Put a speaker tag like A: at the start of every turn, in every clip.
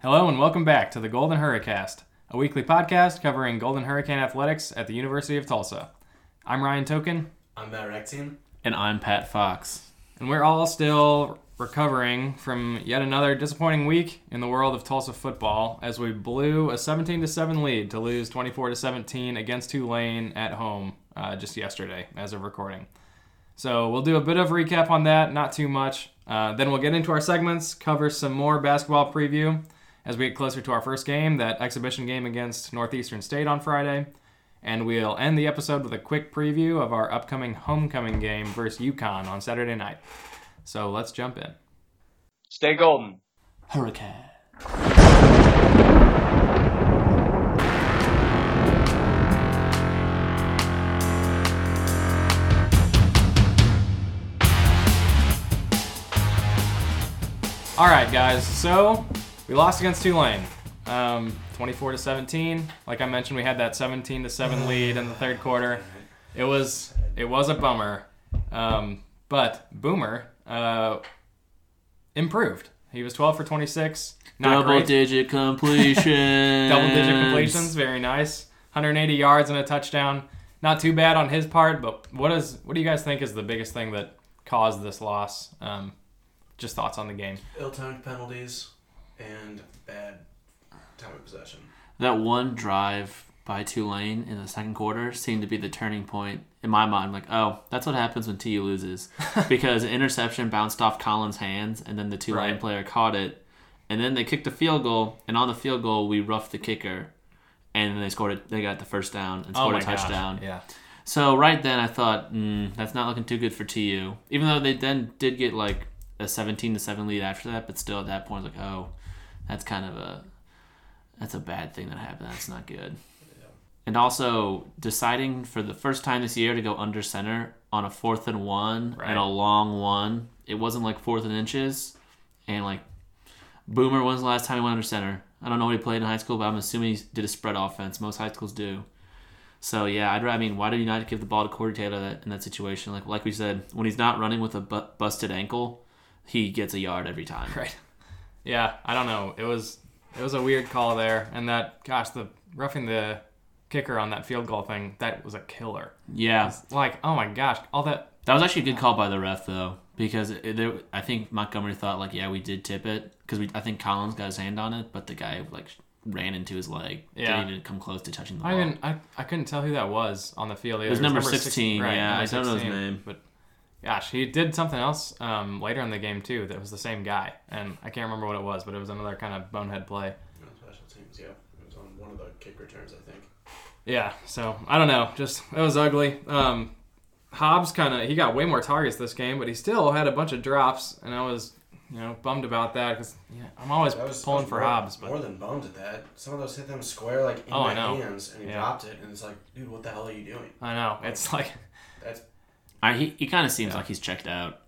A: Hello and welcome back to the Golden Hurricast, a weekly podcast covering Golden Hurricane athletics at the University of Tulsa. I'm Ryan Token,
B: I'm Matt Rectin.
C: And I'm Pat Fox.
A: and we're all still recovering from yet another disappointing week in the world of Tulsa football as we blew a 17 to 7 lead to lose 24 to 17 against Tulane at home uh, just yesterday as of recording. So we'll do a bit of recap on that, not too much. Uh, then we'll get into our segments, cover some more basketball preview as we get closer to our first game, that exhibition game against Northeastern State on Friday. And we'll end the episode with a quick preview of our upcoming homecoming game versus UConn on Saturday night. So let's jump in.
D: Stay golden.
C: Hurricane.
A: All right, guys. So we lost against Tulane, um, 24 to 17. Like I mentioned, we had that 17 to 7 lead in the third quarter. It was it was a bummer, um, but Boomer uh, improved. He was 12 for 26. Not
C: Double
A: great.
C: digit completion.
A: double digit completions. Very nice. 180 yards and a touchdown. Not too bad on his part, but what is what do you guys think is the biggest thing that caused this loss? Um, just thoughts on the game.
B: Ill-timed penalties and bad time of possession.
C: That one drive by Tulane in the second quarter seemed to be the turning point in my mind. Like, oh, that's what happens when TU loses. because an interception bounced off Collins' hands, and then the Tulane
A: Right.
C: player caught it. And then they kicked a field goal, and on the field goal, we roughed the kicker. And then they scored it. They got the first down and scored a
A: Oh gosh.
C: touchdown.
A: Yeah.
C: So right then I thought, mm, that's not looking too good for TU. Even though they then did get like a seventeen to seven lead after that, but still at that point, like, oh, that's kind of a that's a bad thing that happened. That's not good. And also deciding for the first time this year to go under center on a fourth and one
A: Right.
C: and a long one. It wasn't like fourth and inches, and like Boomer. When's the last time he went under center? I don't know what he played in high school, but I'm assuming he did a spread offense. Most high schools do. So yeah, I'd. ra- I mean, why do you not give the ball to Corey Taylor that, in that situation? Like like we said, when he's not running with a bu- busted ankle, he gets a yard every time.
A: Right. Yeah, I don't know. It was it was a weird call there, and that gosh, the roughing the kicker on that field goal thing that was a killer.
C: Yeah,
A: Like, oh my gosh, all that.
C: that was actually a good call by the ref though, because it, it- there, I think Montgomery thought like, yeah, we did tip it because we. I think Collins got his hand on it, but the guy like ran into his leg.
A: Yeah.
C: didn't even come close to touching the ball.
A: I even I, I couldn't tell who that was on the field. Either. It
C: was number
A: six-
C: 16, yeah,
A: number
C: I don't know his name.
A: But gosh, he did something else um, later in the game too. That was the same guy, and I can't remember what it was, but it was another kind of bonehead play.
B: On special teams, yeah. It was on one of the kick returns, I think.
A: Yeah, so I don't know. Just that was ugly. Um, Hobbs kind of he got way more targets this game, but he still had a bunch of drops, and I was you know bummed about that because I'm always
B: That was
A: pulling
B: that was
A: for
B: more,
A: Hobbs, but
B: more than bummed at that. Some of those hit them square, like in
A: Oh,
B: my
A: I know.
B: hands, and he
A: Yeah.
B: dropped it. And it's like, dude, what the hell are you doing?
A: I know it's like
B: That's
C: I, he he kind of seems
A: Yeah.
C: like he's checked out.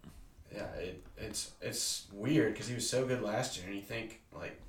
B: yeah. It, it's it's weird because he was so good last year, and you think like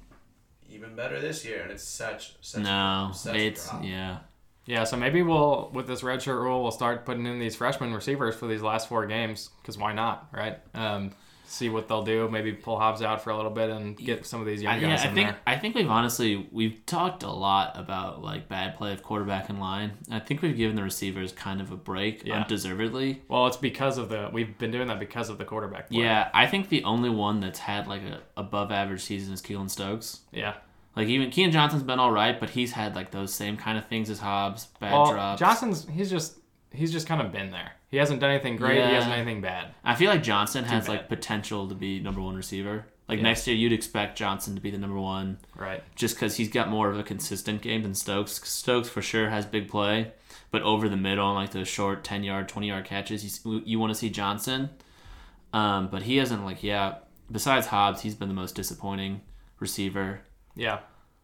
B: even better this year, and it's such such
C: no,
B: such a
C: it's
B: drop.
C: yeah.
A: yeah. So maybe we'll with this redshirt rule, we'll start putting in these freshman receivers for these last four games because why not, right? Um, see what they'll do. Maybe pull Hobbs out for a little bit and get some of these young
C: I-
A: guys
C: yeah, I
A: in
C: think
A: there.
C: I think we've honestly we've talked a lot about like bad play of quarterback in line. And I think we've given the receivers kind of a break
A: Yeah.
C: undeservedly.
A: Well, it's because of the we've been doing that because of the quarterback. Play.
C: Yeah, I think the only one that's had like a above average season is Keelan Stokes.
A: yeah.
C: Like even Keelan Johnson's been all right, but he's had like those same kind of things as Hobbs, bad
A: Well,
C: drops.
A: Johnson's he's just he's just kind of been there. He hasn't done anything great. He
C: Yeah.
A: hasn't done anything bad.
C: I feel like Johnson has
A: bad.
C: like potential to be number one receiver. Like
A: Yeah.
C: next year, you'd expect Johnson to be the number one
A: Right.
C: just because he's got more of a consistent game than Stokes. Stokes for sure has big play, but over the middle, like those short ten yard, twenty yard catches, you, you want to see Johnson. Um, but he hasn't like yeah. Besides Hobbs, he's been the most disappointing receiver.
A: Yeah.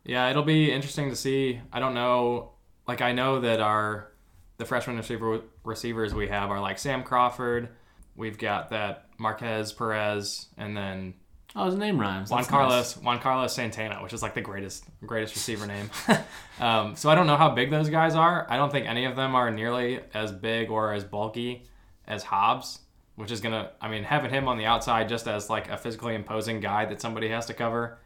A: Yeah. It'll be interesting to see. I don't know. Like I know that our the freshman receiver receivers we have are like Sam Crawford. We've got that Marquez Perez, and then
C: Oh, his name rhymes.
A: Juan
C: That's nice.
A: Carlos Juan Carlos Santana, which is like the greatest greatest receiver name. um, so I don't know how big those guys are. I don't think any of them are nearly as big or as bulky as Hobbs, which is gonna. I mean, having him on the outside just as like a physically imposing guy that somebody has to cover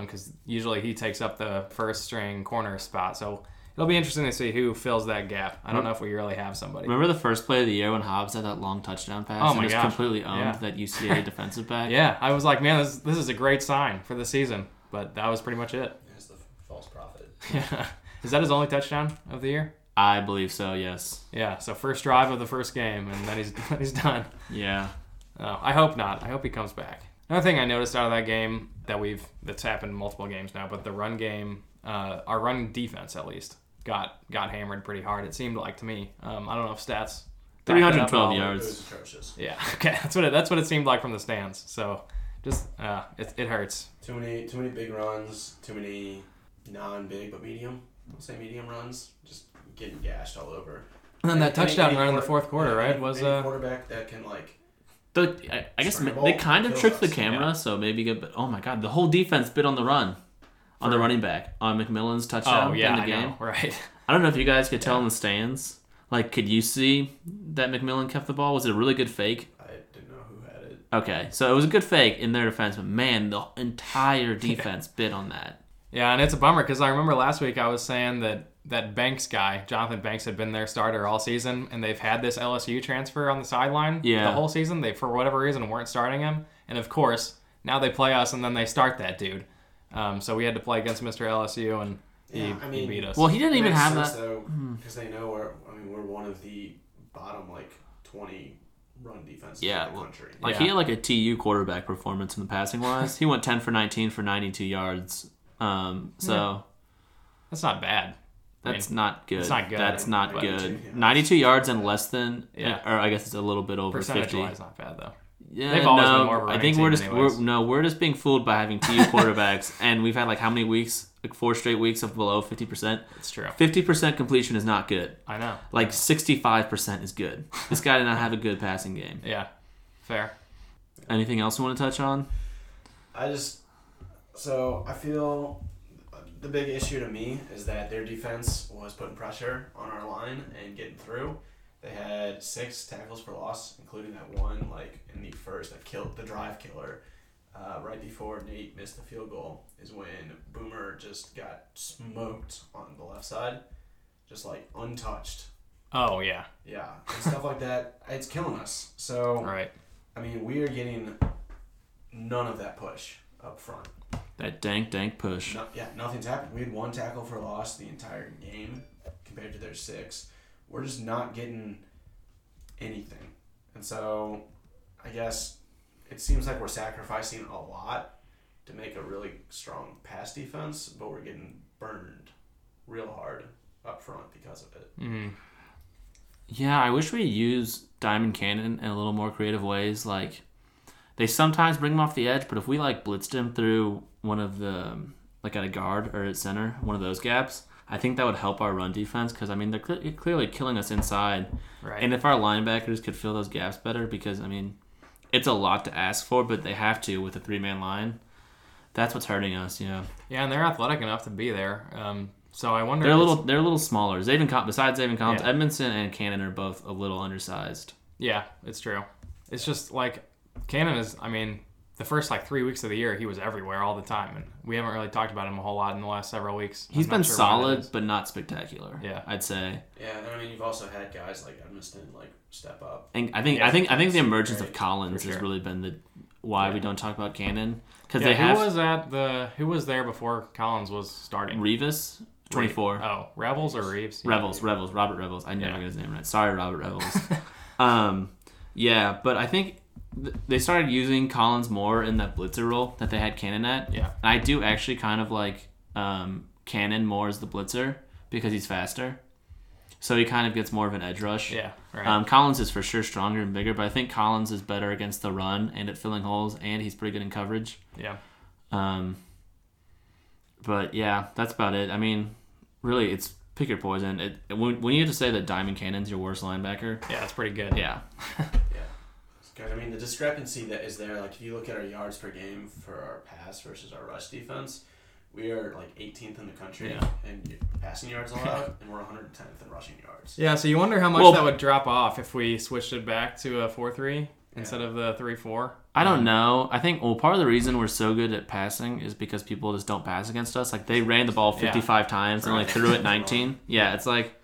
A: because usually he takes up the first string corner spot. So it'll be interesting to see who fills that gap. I don't know if we really have somebody.
C: Remember the first play of the year when Hobbs had that long touchdown pass
A: Oh
C: and
A: my
C: just
A: gosh.
C: completely owned
A: Yeah.
C: that UCA defensive back?
A: Yeah, I was like, man, this, this is a great sign for the season. But that was pretty much it.
B: There's the false prophet.
A: is that his only touchdown of the year?
C: I believe so. Yes.
A: Yeah. So first drive of the first game, and then he's then he's done.
C: Yeah.
A: Oh, I hope not. I hope he comes back. Another thing I noticed out of that game that we've that's happened multiple games now, but the run game, uh, our run defense at least got got hammered pretty hard. It seemed like to me. Um, I don't know if stats. back that up at
C: 312
A: all.
B: It
C: yards.
B: was atrocious.
A: Yeah. Okay. That's what it, that's what it seemed like from the stands. So just uh, it it hurts.
B: Too many, too many big runs. Too many non-big but medium. I'll say medium runs. Just getting gashed all over.
A: And then that
B: Any-
A: touchdown
B: any
A: run in the
B: quarter-
A: fourth quarter,
B: yeah,
A: right?
B: any-
A: Was
B: any
A: uh,
B: quarterback that can like
C: The, I, I guess
B: Sorry,
C: ma-
B: ball
C: they kind of
B: kills
C: tricked the
B: us,
C: camera, so maybe good. But oh my god, the whole defense bit on the run, on the running back, on McMillan's touchdown
A: oh yeah,
C: in the
A: I
C: game.
A: know, right?
C: I don't know if you guys could tell in the stands. Like, could you see that McMillan kept the ball? Was it a really good fake?
B: I didn't know who had it.
C: Okay, so it was a good fake in their defense, but man, the entire defense bit on that.
A: Yeah, and it's a bummer because I remember last week I was saying that that Banks guy, Jonathan Banks, had been their starter all season, and they've had this LSU transfer on the sideline
C: Yeah.
A: the whole season. They, for whatever reason, weren't starting him, and of course now they play us, and then they start that dude. Um, so we had to play against Mr. LSU, and he,
B: Yeah, I
A: he
B: mean-
A: beat us.
C: Well, he didn't
B: It
C: even
B: makes
C: have
B: sense,
C: that.
B: though,
A: Hmm.
B: because they know we're. I mean, we're one of the bottom like twenty run defenses in
C: Yeah,
B: the
C: well,
B: country.
C: Like
A: Yeah.
C: he had like a TU quarterback performance in the passing wise. he went ten for nineteen for ninety two yards. Um, so
A: That's not bad.
C: That's not good.
A: it's not good.
C: That's not
B: 92
C: good.
B: yards.
C: 92 yards and less than,
A: Yeah.
C: or I guess it's a little bit over
A: Percentage
C: 50.
A: wise, not bad though.
C: Yeah,
A: They've always
C: no,
A: been more of a
C: I
A: running
C: think
A: team
C: we're just
A: anyways.
C: we're, no, we're just being fooled by having TU quarterbacks, and we've had like how many weeks? Like four straight weeks of below 50 percent.
A: It's true.
C: 50 percent completion is not good.
A: I know.
C: Like 65 percent is good. This guy did not have a good passing game.
A: Yeah, fair.
C: Anything else you want to touch on?
B: I just so I feel the big issue to me is that their defense was putting pressure on our line and getting through. They had six tackles for loss, including that one like in the first that killed the drive killer. Uh, right before Nate missed the field goal is when Boomer just got smoked on the left side, just like untouched.
A: Oh yeah,
B: Yeah, and stuff like that. It's killing us. So
A: all right.
B: I mean, we are getting none of that push up front.
C: That dank dank push.
B: No, yeah, nothing's happened. We had one tackle for loss the entire game compared to their six. We're just not getting anything. And so I guess it seems like we're sacrificing a lot to make a really strong pass defense, but we're getting burned real hard up front because of it.
A: Mm-hmm.
C: Yeah, I wish we use Diamond Cannon in a little more creative ways. Like they sometimes bring him off the edge, but if we like blitzed him through one of the um, like at a guard or at center, one of those gaps, I think that would help our run defense because I mean they're cle clearly killing us inside,
A: Right.
C: and if our linebackers could fill those gaps better, because I mean it's a lot to ask for, but they have to with a three man line. That's what's hurting us. Yeah,
A: yeah, and they're athletic enough to be there. Um, so I wonder.
C: they're
A: if
C: a
A: it's-
C: little they're a little smaller. Zaven Com- besides Zaven Collins,
A: Yeah.
C: Edmondson and Cannon are both a little undersized.
A: Yeah, it's true. It's just like Cannon is. I mean, the first like three weeks of the year, he was everywhere all the time, and we haven't really talked about him a whole lot in the last several weeks.
C: He's
A: I'm not
C: been
A: sure why that
C: solid,
A: is.
C: but not spectacular.
A: Yeah.
C: I'd say.
B: Yeah, and I mean, you've also had guys like Edmiston like step up.
C: And I think
A: Yeah,
C: I think I think the emergence of
B: great,
C: Collins
A: for
C: has
A: sure.
C: really been the why we don't talk about Cannon because
A: Yeah,
C: they have
A: who was at the who was there before Collins was starting?
C: Revis twenty four
A: Oh, Rebels or Reeves? Yeah.
C: Rebels Rebels Robert Rebels. I never
A: Yeah.
C: get his name right. Sorry, Robert Rebels. um, yeah, but I think th- they started using Collins more in that blitzer role that they had Cannon at.
A: Yeah.
C: And I do actually kind of like um, Cannon more as the blitzer because he's faster, so he kind of gets more of an edge rush.
A: Yeah. Right.
C: Um, Collins is for sure stronger and bigger, but I think Collins is better against the run and at filling holes, and he's pretty good in coverage.
A: yeah.
C: Um, but yeah, that's about it. I mean, really, it's pick your poison. It, when, when you have to say that Diamond Cannon's your worst linebacker,
A: Yeah, that's pretty good.
C: yeah,
B: Because I mean, the discrepancy that is there, like if you look at our yards per game for our pass versus our rush defense, we are like 18th in the country
A: Yeah.
B: and in passing yards allowed, and we're 110th in rushing yards.
A: Yeah. So you wonder how much
C: Well-
A: that would drop off if we switched it back to a four-three instead of the three-four.
C: I don't know. I think well, part of the reason we're so good at passing is because people just don't pass against us. Like they ran the ball
A: Yeah.
C: 55 times and only
B: Right.
C: threw it 19. Yeah, it's like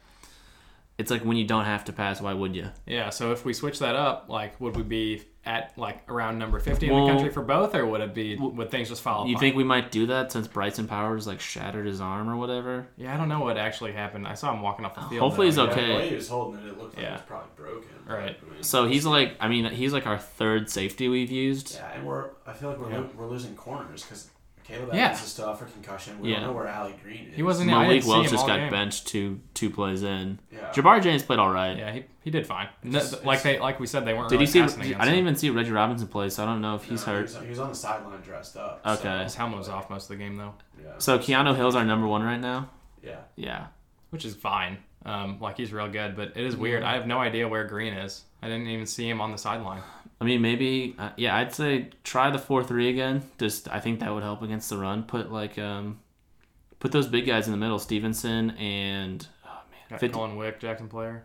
C: it's like when you don't have to pass, why would you?
A: Yeah, so if we switch that up, like, would we be at like around number fifty in
C: Well-
A: the country for both, or would it be would things just fall?
C: You
A: apart?
C: think we might do that since Bryson Powers like shattered his arm or whatever?
A: Yeah, I don't know what actually happened. I saw him walking off the field.
C: Hopefully he's
A: though.
C: okay.
B: Yeah, the way he was holding it, it looked like it
A: Yeah.
B: was probably broken.
A: Right.
B: I mean,
C: So he's like, I mean, he's like our third safety we've used.
B: Yeah, and we're. I feel like we're,
A: Yeah.
B: lo- we're losing corners because Caleb
A: Yeah.
B: Evans is still out for concussion. We
C: Yeah.
B: don't know where Allie Green is.
A: He wasn't. I didn't
C: Malik
A: see
C: Welch
A: him
C: just
A: all
C: got
A: game.
C: benched two two plays in.
B: Yeah.
C: Jabari James played all right.
A: Yeah, he, he did fine. No,
B: It's-
A: like they like we said, they weren't.
C: Did
A: really
C: you see? I
A: passing against
C: didn't
A: him.
C: even see Reggie Robinson play, so I don't know if
B: No,
C: he's
B: he
C: hurt.
B: was- He was on the sideline dressed up.
C: Okay.
A: His helmet was off most of the game though,
B: So, yeah.
C: So Keanu Hill's our number one right now.
B: yeah.
C: Yeah.
A: which is fine. Um, like he's real good, but it
C: Mm-hmm.
A: is weird. I have no idea where Green is. I didn't even see him on the sideline.
C: I mean, maybe uh, yeah. I'd say try the four three again. Just I think that would help against the run. Put like um, put those big guys in the middle, Stevenson and oh man,
A: Got
C: 50,
A: Colin Wick, Jackson player.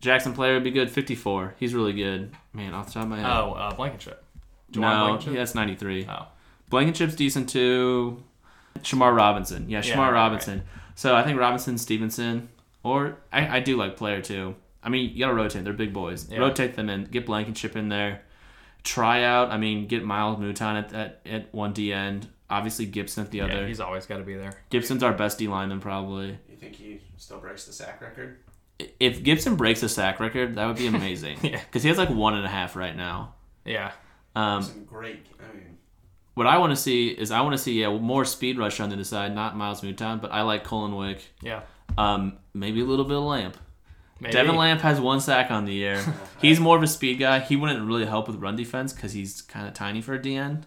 C: Jackson player would be good. Fifty four, he's really good. Man, off the top of my head,
A: Oh, uh, Blankenship. Juwan
C: no,
A: Blankenship?
C: yeah, that's ninety three.
A: Oh.
C: Blankenship's decent too. Shamar Robinson, yeah,
A: Yeah,
C: Shamar
A: right,
C: Robinson. So I think Robinson, Stevenson, or I, I do like player too. I mean, you gotta rotate. They're big boys.
A: Yeah.
C: Rotate them in. Get Blankenship in there. Try out. I mean, get Miles Mouton at, at at one D end. Obviously Gibson at the
A: Yeah,
C: other.
A: he's always got to be there.
C: Gibson's our best D lineman probably.
B: You think he still breaks the sack record?
C: I- If Gibson breaks a sack record, that would be amazing.
A: Yeah.
C: because he has like one and a half right now.
A: Yeah,
C: Um,
B: Some great. I mean,
C: what I want to see is I want to see yeah more speed rush on the other side, not Miles Mouton, but I like Colin Wick.
A: yeah.
C: Um, maybe a little bit of Lamp.
A: Maybe.
C: Devin Lamp has one sack on the year. he's more of a speed guy. He wouldn't really help with run defense because he's kind of tiny for a DN.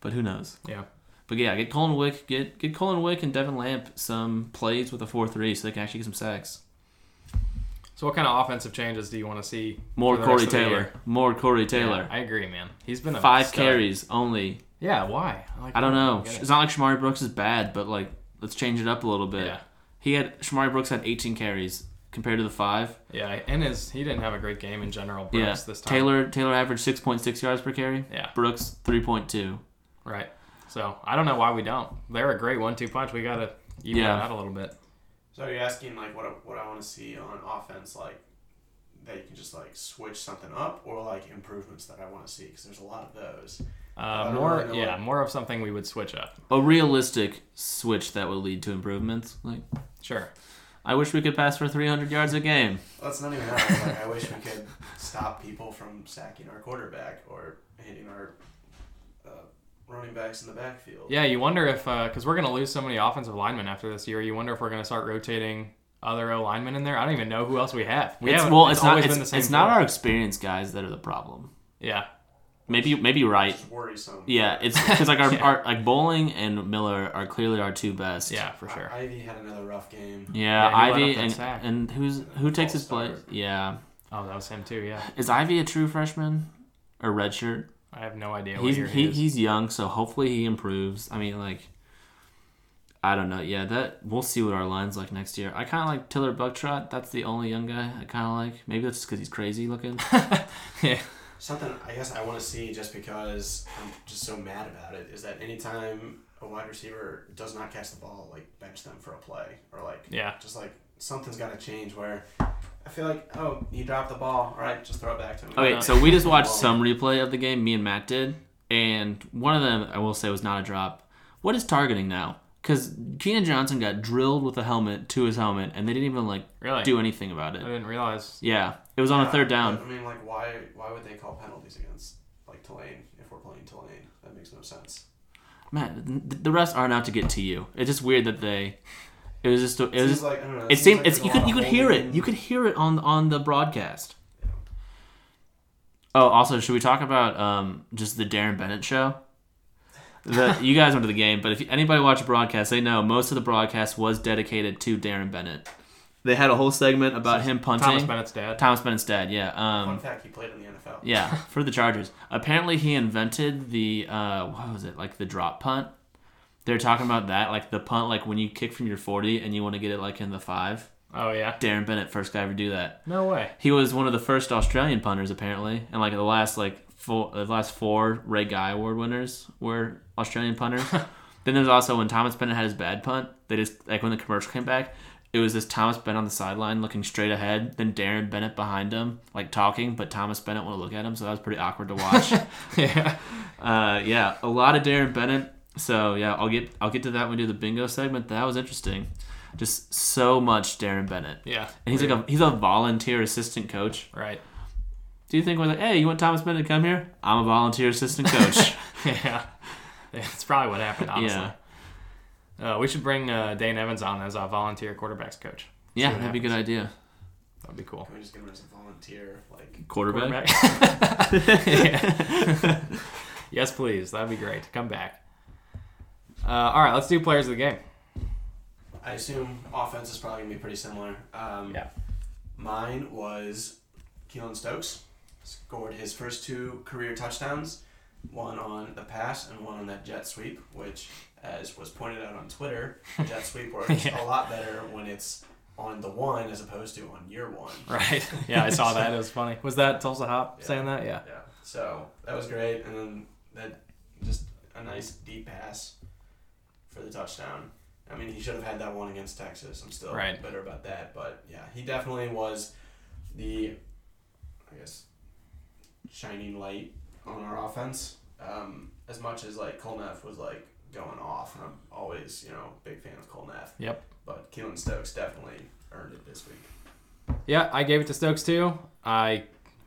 C: But who knows?
A: Yeah.
C: But yeah, get Colin Wick, get get Colin Wick and Devin Lamp some plays with a four three so they can actually get some sacks.
A: So what kind of offensive changes do you want to see?
C: More
A: for the
C: Corey
A: rest of the
C: Taylor.
A: year?
C: More Corey
A: Yeah,
C: Taylor.
A: I agree, man. He's been a
C: Five
A: stud.
C: carries only.
A: Yeah, why? like
C: I don't know.
A: get it.
C: It's not like Shamari Brooks is bad, but like let's change it up a little bit.
A: Yeah.
C: He had Shamari Brooks had 18 carries compared to the five.
A: Yeah, and his he didn't have a great game in general. Brooks
C: Yeah.
A: this time.
C: Taylor Taylor averaged 6.6 yards per carry.
A: Yeah.
C: Brooks 3.2.
A: Right. So I don't know why we don't. They're a great one-two punch. We gotta even
C: Yeah.
A: that out a little bit.
B: so you're asking like what I- what I want to see on offense, like that you can just like switch something up, or like improvements that I want to see because there's a lot of those. I
A: Uh,
B: don't
A: more,
B: really know
A: yeah,
B: what-
A: more of something we would switch up.
C: a realistic switch that would lead to improvements. Like,
A: Sure.
C: I wish we could pass for 300 yards a game.
B: That's not even that. Like, I wish we could stop people from sacking our quarterback or hitting our uh, running backs in the backfield.
A: Yeah, you wonder if because we're gonna lose so many offensive linemen after this year. You wonder if we're gonna start rotating other O linemen in there. I don't even know who else we have. We
C: it's,
A: haven't-
C: well, it's, not.
A: always
C: It's,
A: been the same.
C: it's not
A: four.
C: our experienced guys that are the problem.
A: Yeah.
C: Maybe, maybe right.
B: It's worrisome.
C: Yeah, it's because like our,
A: Yeah.
C: our like Bowling and Miller are clearly our two best.
A: Yeah, for sure.
B: Ivy had another rough game.
A: Yeah,
C: Yeah,
A: he let
C: Ivy
A: up that
C: and
A: sack.
C: and who's who takes his place?
B: All-star.
C: Yeah,
A: Oh, that was him too. Yeah.
C: is Ivy a true freshman or redshirt?
A: I have no idea what
C: He's
A: year he,
C: he,
A: is.
C: he's young, so hopefully he improves. I mean, like, I don't know. Yeah, that we'll see what our line's like next year. I kind of like Tiller Bucktrot. That's the only young guy I kind of like. Maybe that's just because he's crazy looking.
B: Something I guess I want to see just because I'm just so mad about it is that anytime a wide receiver does not catch the ball, like bench them for a play or like
A: Yeah.
B: just like something's got to change where I feel like oh he dropped the ball all right just throw it back to him.
C: Okay, so we just watched some replay of the game. Me and Matt did, and one of them I will say was not a drop. What is targeting now? Because Keenan Johnson got drilled with a helmet to his helmet, and they didn't even like
A: Really?
C: do anything about
A: I
C: it.
A: didn't realize.
C: Yeah, it was on a
B: Yeah,
C: third
B: but,
C: down.
B: I mean, like, why why would they call penalties against like Tulane if we're playing Tulane? That makes no sense.
C: Matt, th- the rest aren't out to get to you. It's just weird that they. It was just. It was
B: Seems
C: just.
B: like, I don't know,
C: It
B: seems
C: seemed
B: like
C: it's
B: there's
C: you
B: a
C: could
B: lot
C: you
B: of
C: could hear it.
B: holding.
C: You could hear it on on the broadcast.
B: Yeah.
C: Oh, also, should we talk about um just the Darren Bennett show? The, you guys went to the game, but if anybody watched the broadcast, they know most of the broadcast was dedicated to Darren Bennett. They had a whole segment about him punting.
A: Thomas Bennett's dad.
C: Thomas Bennett's dad, yeah.
B: Fun
C: Um,
B: fact: he played in the NFL.
C: yeah, for the Chargers. Apparently, he invented the uh, what was it like the drop punt. They're talking about that, like the punt, like when you kick from your forty and you want to get it like in the five.
A: Oh yeah.
C: Darren Bennett, first guy ever do that.
A: No way.
C: He was one of the first Australian punters apparently, and like the last like four, the last four Ray Guy Award winners were Australian punters. then there's also when Thomas Bennett had his bad punt, they just like when the commercial came back, it was this Thomas Bennett on the sideline looking straight ahead, then Darren Bennett behind him, like talking, but Thomas Bennett wouldn't look at him, so that was pretty awkward to watch.
A: yeah.
C: uh, yeah, a lot of Darren Bennett. So yeah, I'll get I'll get to that when we do the bingo segment. That was interesting. Just so much Darren Bennett.
A: Yeah.
C: And he's like a he's a volunteer assistant coach.
A: right.
C: Do you think we're like, hey, you want Thomas Bennett to come here? I'm a volunteer assistant coach.
A: Yeah. That's probably what happened, honestly.
C: yeah,
A: Uh, we should bring uh, Dane Evans on as our volunteer quarterbacks coach.
C: yeah,
A: what
C: that'd be a good idea.
A: That'd be cool.
B: Can we just get him as a volunteer? Like,
C: Quarterback.
A: Quarterback. Yeah. yes, please. That'd be great. Come back. Uh, all right, let's do players of the game.
B: I assume offense is probably gonna be pretty similar. Um,
A: Yeah.
B: Mine was Keelan Stokes scored his first two career touchdowns, one on the pass and one on that jet sweep, which, as was pointed out on Twitter, jet sweep works
A: Yeah.
B: a lot better when it's on the one as opposed to on year one.
A: Right. Yeah, I saw that. It was funny. Was that Tulsa Hop
B: Yeah.
A: saying that? Yeah.
B: Yeah. So that was great, and then that just a nice deep pass for the touchdown. I mean, he should have had that one against Texas. I'm still
A: Right.
B: bitter about that, but yeah, he definitely was the, I guess, shining light on our offense. Um, as much as like Colneff was like going off, and I'm always you know big fan of Colneff.
A: Yep.
B: But Keelan Stokes definitely earned it this week.
A: Yeah, I gave it to Stokes too. I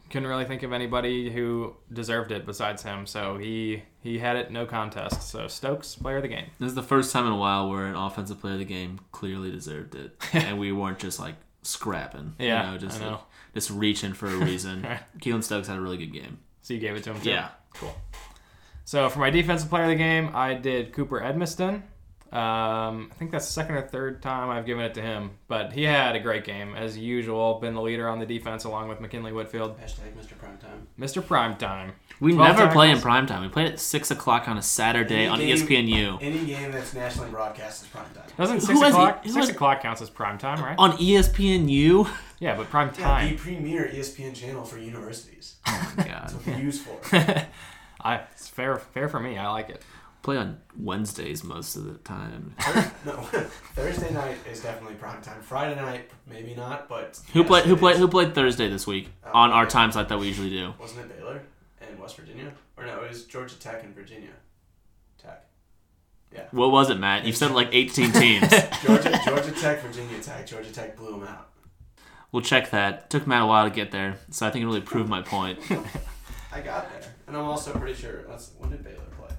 A: couldn't really think of anybody who deserved it besides him, so he he had it no contest. So Stokes, player of the game.
C: This is the first time in a while where an offensive player of the game clearly deserved it, and we weren't just like scrapping.
A: Yeah,
C: you know, just
A: I know.
C: like, just reaching for a reason. Keelan Stokes had a really good game.
A: So you gave it to him too.
C: Yeah.
A: Cool. So for my defensive player of the game, I did Cooper Edmiston. Um, I think that's the second or third time I've given it to him, but he had a great game as usual. Been the leader on the defense along with McKinley Whitfield,
B: Hashtag Mr. Primetime.
A: Mr. Primetime.
C: We
A: 12
C: never play in
A: tackles.
C: prime time. We played at six o'clock on a Saturday
B: Any
C: on E
B: game-
C: ESPNU.
B: Any game that's nationally broadcast is primetime.
A: Doesn't
C: Who
A: six
C: was he? Oh.
A: o'clock?
C: Who
A: Six
C: was-
A: o'clock counts as prime time, right?
C: On E ESPNU.
A: Yeah, but prime
B: Yeah, the
A: time.
B: premier E ESPN channel for universities. That's
C: God.
B: what we use for.
A: I it's fair fair for me. I like it.
C: Play on Wednesdays most of the time.
B: no, Thursday night is definitely prime time. Friday night, maybe not, but
C: Who
B: yes,
C: played? Who
B: it
C: played?
B: is.
C: Who played Thursday this week
B: Um,
C: on our time slot that we usually do?
B: Wasn't it Baylor and West Virginia? Or no, it was Georgia Tech and Virginia Tech.
C: What was it, Matt? You've said like 18 teams.
B: Georgia, Georgia Tech, Virginia Tech. Georgia Tech blew them out.
C: we'll check that. Took Matt a while to get there, so I think it really proved my point.
B: I got there, and I'm also pretty sure that's when did Baylor play?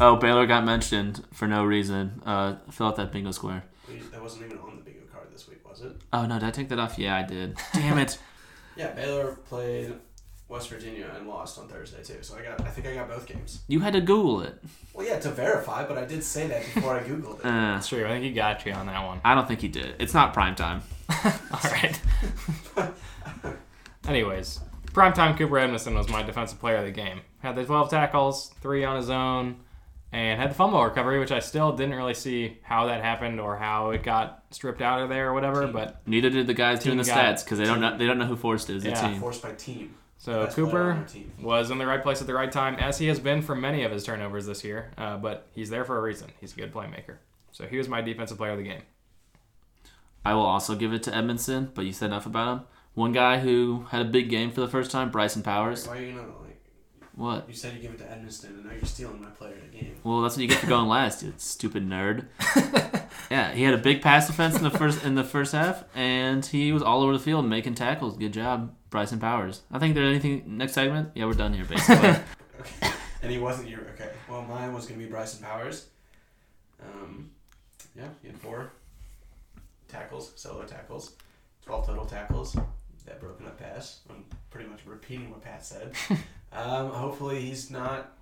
C: Oh, Baylor got mentioned for no reason. Uh, fill out that bingo square.
B: We, that wasn't even on the bingo card this week, was it?
C: Oh no, did I take that off? Yeah, I did. Damn it.
B: Yeah, Baylor played West Virginia and lost on Thursday too. So I got, I think I got both games.
C: You had to Google it.
B: Well, yeah, to verify, but I did say that before I googled it.
C: Uh,
A: That's true. I think he got you on that one.
C: I don't think he did. It's not prime time.
A: All right. Anyways, primetime Cooper Edmondson was my defensive player of the game. Had the 12 tackles, three on his own, and had the fumble recovery, which I still didn't really see how that happened or how it got stripped out of there or whatever. But
C: Neither did the guys doing
A: Team
C: the
A: got-
C: stats because they don't know. They don't know who Forrest is.
A: Yeah.
C: The team.
B: Forced by team.
A: so
B: Best player on
A: Cooper
B: our team.
A: was in the right place at the right time, as he has been for many of his turnovers this year. Uh, but he's there for a reason. He's a good playmaker. So he was my defensive player of the game.
C: I will also give it to Edmondson, but you said enough about him. One guy who had a big game for the first time, Bryson Powers.
B: Why are you not like?
C: What?
B: You said you give it to Edmiston, and now you're stealing my player of the game.
C: Well, that's what you get for going last, you stupid nerd. yeah, he had a big pass defense in the first in the first half, and he was all over the field making tackles. Good job, Bryson Powers. I think there's anything next segment. Yeah, we're done here basically.
B: And he wasn't your okay. Well, mine was gonna be Bryson Powers. Um, yeah, he had four tackles, solo tackles, twelve total tackles. That broken up pass. I'm pretty much repeating what Pat said. um, hopefully he's not.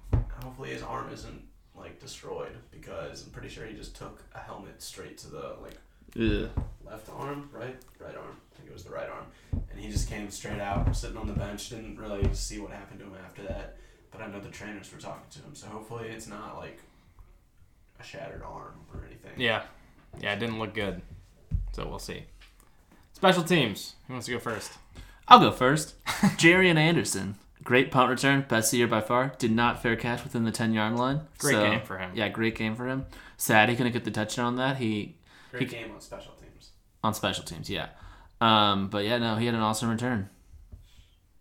B: Hopefully his arm isn't like destroyed because I'm pretty sure he just took a helmet straight to the like
C: Ugh.
B: left arm, right, right arm. I think it was the right arm, and he just came straight out, sitting on the bench. Didn't really see what happened to him after that, but I know the trainers were talking to him, so hopefully it's not like a shattered arm or anything.
A: Yeah. Yeah, it didn't look good. So we'll see. Special teams. Who wants to go first?
C: I'll go first. Jerry and Anderson. Great punt return, best of the year by far. Did not fair catch within the ten yard line.
A: Great
C: So,
A: game for him.
C: Yeah, great game for him. Sad he couldn't get the touchdown on that. He
B: Great
C: He-
B: game on special teams.
C: on special teams, yeah. Um, but yeah, no, he had an awesome return.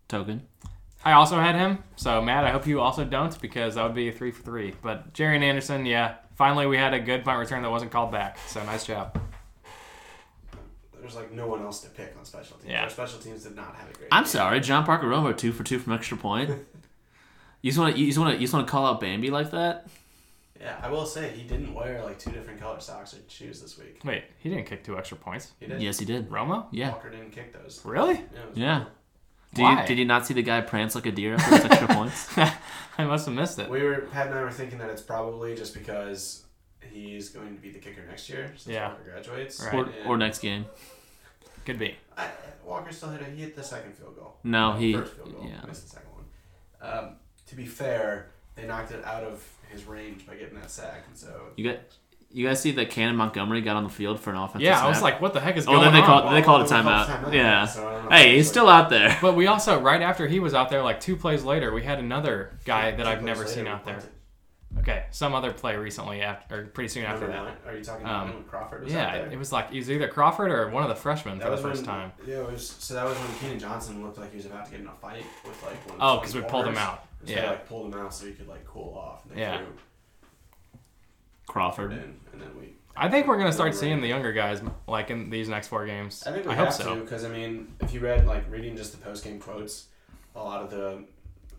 C: Token.
A: I also had him. So Matt, I hope you also don't because that would be a three for three. But Jerry and Anderson, yeah. Finally, we had a good punt return that wasn't called back. So nice job.
B: There's like no one else to pick on special teams.
A: Yeah.
B: Our special teams did not have a great.
C: I'm
B: game.
C: sorry, John Parker Romo two for two from extra point. You just want to you just want to you just want to call out Bambi like that?
B: Yeah, I will say he didn't wear like two different color socks or shoes this week.
A: Wait, he didn't kick two extra points.
B: He did.
C: Yes, he did.
A: Romo?
C: Yeah.
B: Walker didn't kick those.
A: Really?
B: Yeah. it was
C: Yeah. Did
A: Why?
C: you, did you not see the guy prance like a deer after those extra points?
A: I must have missed it.
B: We were Pat and I were thinking that it's probably just because he's going to be the kicker next year since
A: Yeah.
B: Walker graduates.
A: Right.
C: Or,
B: And
C: or next game?
A: Could be.
B: I, Walker still hit. A, he hit the second field goal.
C: No, he.
B: first field goal.
C: Yeah.
B: Missed the second one. Um, to be fair, they knocked it out of his range by getting that sack, and so
C: You got. You guys see that Cannon Montgomery got on the field for an offensive
A: Yeah,
C: snap?
A: I was like, what the heck is
C: Oh,
A: going
C: then they
A: on?
C: called- they called a
B: Well,
C: timeout.
B: timeout,
C: Yeah.
B: so I don't know.
C: hey, he's still out there.
A: But we also, right after he was out there, like two plays later, we had another guy that
B: Two
A: I've
B: plays
A: never
B: later,
A: seen
B: we
A: out there.
B: punted.
A: Okay, some other play recently after, or pretty soon after
B: Remember
A: that.
B: when- Are you talking
A: Um,
B: about when Crawford was out
A: Yeah,
B: there?
A: it was like it was either Crawford or one of the freshmen for the first
B: when,
A: time.
B: Yeah, it was, so that was when Keenan Johnson looked like he was about to get in a fight with like one. Of
A: Oh,
B: the
A: because we pulled him
B: corners.
A: out.
B: So They
A: Yeah,
B: like pulled him out so he could like cool off. And they
A: Yeah.
B: threw it
C: Crawford.
B: in, and then we.
A: I think we're gonna start seeing the younger guys like in these next four games.
B: I think we
A: hope
B: have to
A: so.
B: because I mean, if you read like reading just the post game quotes, a lot of the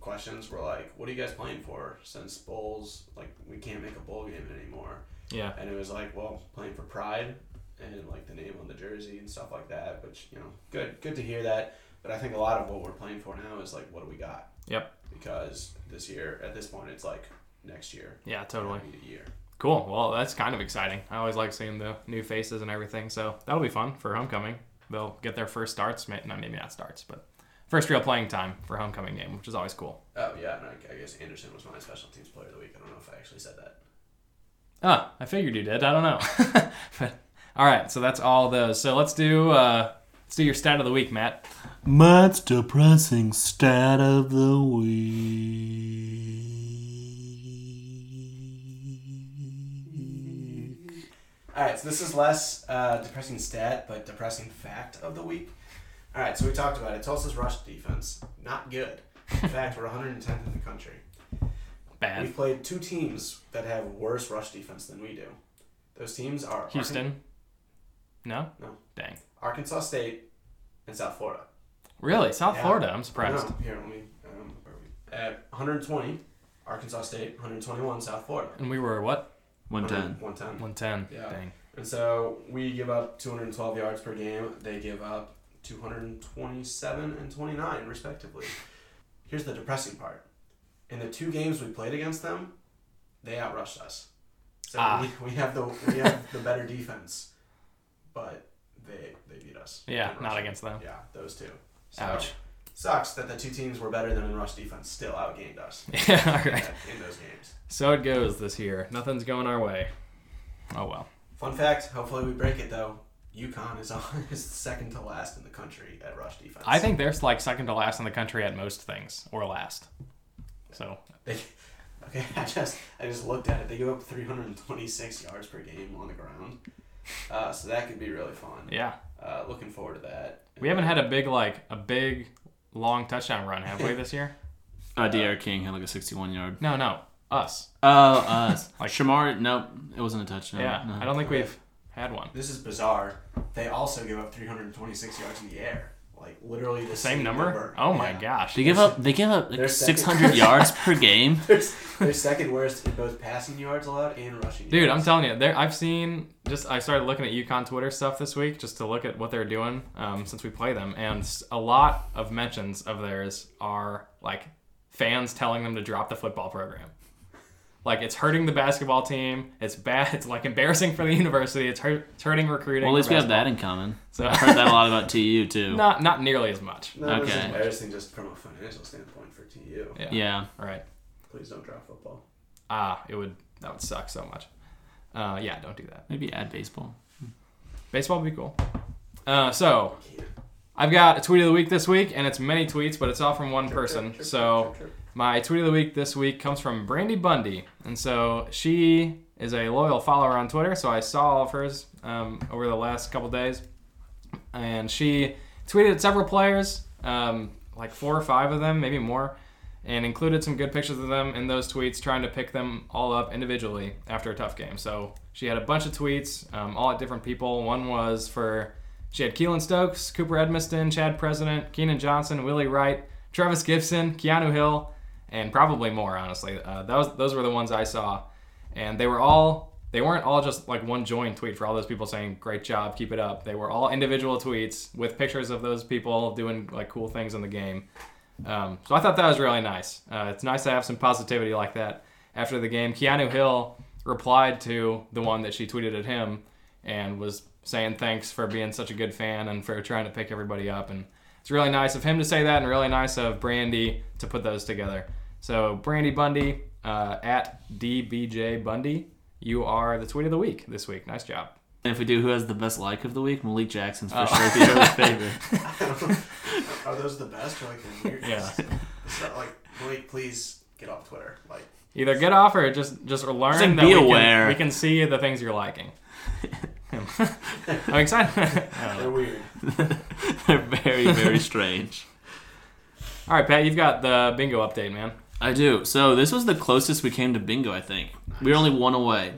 B: questions were like, "What are you guys playing for?" Since bowls, like we can't make a bowl game anymore.
A: Yeah,
B: and it was like, well, playing for pride and like the name on the jersey and stuff like that. Which you know, good, good to hear that. But I think a lot of what we're playing for now is like, what do we got?
A: Yep.
B: Because this year, at this point, it's like next year.
A: yeah, totally.
B: I mean, a year.
A: Cool. Well, that's kind of exciting. I always like seeing the new faces and everything, so that'll be fun for homecoming. They'll get their first starts, may- no, maybe not starts, but first real playing time for homecoming game, which is always cool.
B: Oh yeah, and I, I guess Anderson was my special teams player of the week. I don't know if I actually said that.
A: Ah, I figured you did. I don't know. but, all right, so that's all those. So let's do uh, let's do your stat of the week, Matt.
E: Matt's depressing stat of the week.
B: All right, so this is less uh, depressing stat, but depressing fact of the week. All right, so we talked about it. Tulsa's rush defense not good. In fact, we're 110th in the country.
A: Bad.
B: We've played two teams that have worse rush defense than we do. Those teams are Arkan-
A: Houston. No.
B: No.
A: Dang.
B: Arkansas State, and South Florida.
A: Really, South
B: Yeah.
A: Florida. I'm surprised.
B: No, here, let me. Um, where are we? At 120, Arkansas State, 121, South Florida.
A: And we were what?
C: 110.
B: 110.
A: 110.
B: Yeah.
A: Dang.
B: And so we give up 212 yards per game. They give up 227 and 29, respectively. Here's the depressing part. In the two games we played against them, they outrushed us. So
A: Ah.
B: we, we have the we have the better defense, but they they beat us.
A: Yeah,
B: in
A: not
B: rushing.
A: against them.
B: Yeah, those two. So,
A: Ouch.
B: Sucks that the two teams were better than in rush defense still outgained us
A: Yeah, all
B: in
A: right.
B: that- in those games.
A: So it goes this year. Nothing's going our way. Oh well.
B: Fun fact, hopefully we break it though. UConn is on is second to last in the country at rush defense.
A: I think they're like second to last in the country at most things, or last. So
B: they, okay, I just I just looked at it. They give up 326 yards per game on the ground, uh, so that could be really fun.
A: yeah,
B: Uh, looking forward to that.
A: we haven't had a big like a big long touchdown run, have we this year?
C: Uh, De'Aaron King had like a 61 yard.
A: No, no, us.
C: Oh, us.
A: Like-
C: like Shamar. Nope, it wasn't a touchdown.
A: yeah,
C: no.
A: I don't think we've had one.
B: This is bizarre. They also give up 326 yards in the air, like literally the
A: Same number. Oh my
B: Yeah.
A: gosh.
C: They give up. They give up
B: They're
C: like
B: second.
C: 600 yards per game.
B: They're, they're second worst in both passing yards allowed and rushing.
A: Dude,
B: yards.
A: I'm telling you, there. I've seen just. I started looking at UConn Twitter stuff this week just to look at what they're doing um, since we play them, and s- a lot of mentions of theirs are like fans telling them to drop the football program. Like it's hurting the basketball team. It's bad. It's like embarrassing for the university. It's, hurt, it's hurting recruiting.
C: Well, at least
A: for
C: we have that in common.
A: basketball.
C: I heard that a lot about TU
A: So
C: too.
A: not not nearly as much.
B: No, okay.
C: Okay.
B: embarrassing just from a financial standpoint for TU.
A: Yeah.
C: Yeah.
A: All right.
B: Please don't drop football.
A: Ah, it would that would suck so much. Uh, yeah, don't do that.
C: Maybe add baseball.
A: Baseball would be cool. Uh, so
B: Can't.
A: I've got a tweet of the week this week, and it's many tweets, but it's all from one person. So my tweet of the week this week comes from Brandy Bundy, and so she is a loyal follower on Twitter. So I saw all of hers um, over the last couple days, and she tweeted at several players, um, like four or five of them, maybe more, and included some good pictures of them in those tweets, trying to pick them all up individually after a tough game. So she had a bunch of tweets, um, all at different people. One was for she had Keelan Stokes, Cooper Edmiston, Chad President, Keenan Johnson, Willie Wright, Travis Gibson, Keanu Hill, and probably more. Honestly, uh, those those were the ones I saw, and they were all they weren't all just like one joined tweet for all those people saying great job, keep it up. They were all individual tweets with pictures of those people doing like cool things in the game. Um, so I thought that was really nice. Uh, it's nice to have some positivity like that after the game. Keanu Hill replied to the one that she tweeted at him and was saying thanks for being such a good fan and for trying to pick everybody up. And it's really nice of him to say that, and really nice of Brandy to put those together. So Brandy Bundy uh, at DBJ Bundy, you are the tweet of the week this week. Nice job.
C: And if we do, who has the best like of the week? Malik Jackson's for sure the other favorite.
B: Are those the best or like the weirdest?
A: Yeah.
B: It's not like Blake, please get off Twitter. Like
A: Either get off or just just learn
C: like,
A: that
C: be
A: we,
C: aware.
A: Can, we can see the things you're liking. I'm excited.
B: they're weird.
C: They're very, very strange.
A: All right, Pat, you've got the bingo update, man.
C: I do. So this was the closest we came to bingo. I think we were only one away.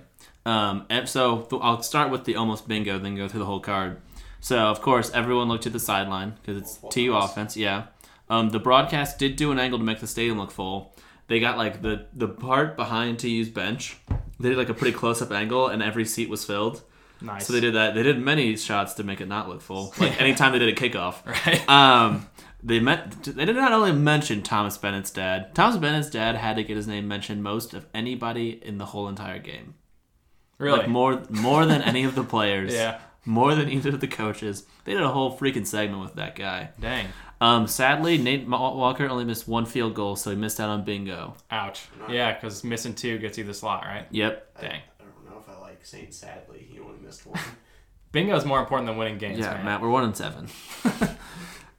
C: Um, and so th- I'll start with the almost bingo, then go through the whole card. So of course everyone looked at the sideline because it's
B: Multiple
C: TU
B: times.
C: offense. Yeah. Um, the broadcast did do an angle to make the stadium look full. They got like the the part behind TU's bench. They did like a pretty close up angle, and every seat was filled.
A: Nice.
C: So they did that. They did many shots to make it not look full. Like anytime they did a kickoff,
A: Right.
C: Um, they meant they did not only mention Thomas Bennett's dad. Thomas Bennett's dad had to get his name mentioned most of anybody in the whole entire game.
A: really.
C: Like more more than any of the players.
A: Yeah.
C: More than either of the coaches. They did a whole freaking segment with that guy.
A: Dang.
C: Um, sadly, Nate Ma- Walker only missed one field goal, so he missed out on bingo.
A: Ouch. Yeah, because missing two gets you the slot, right?
C: Yep.
A: Dang.
B: I don't know if I like Saint. Sadly, he only missed one.
A: Bingo is more important than winning games,
C: yeah,
A: man.
C: Matt, we're one and seven.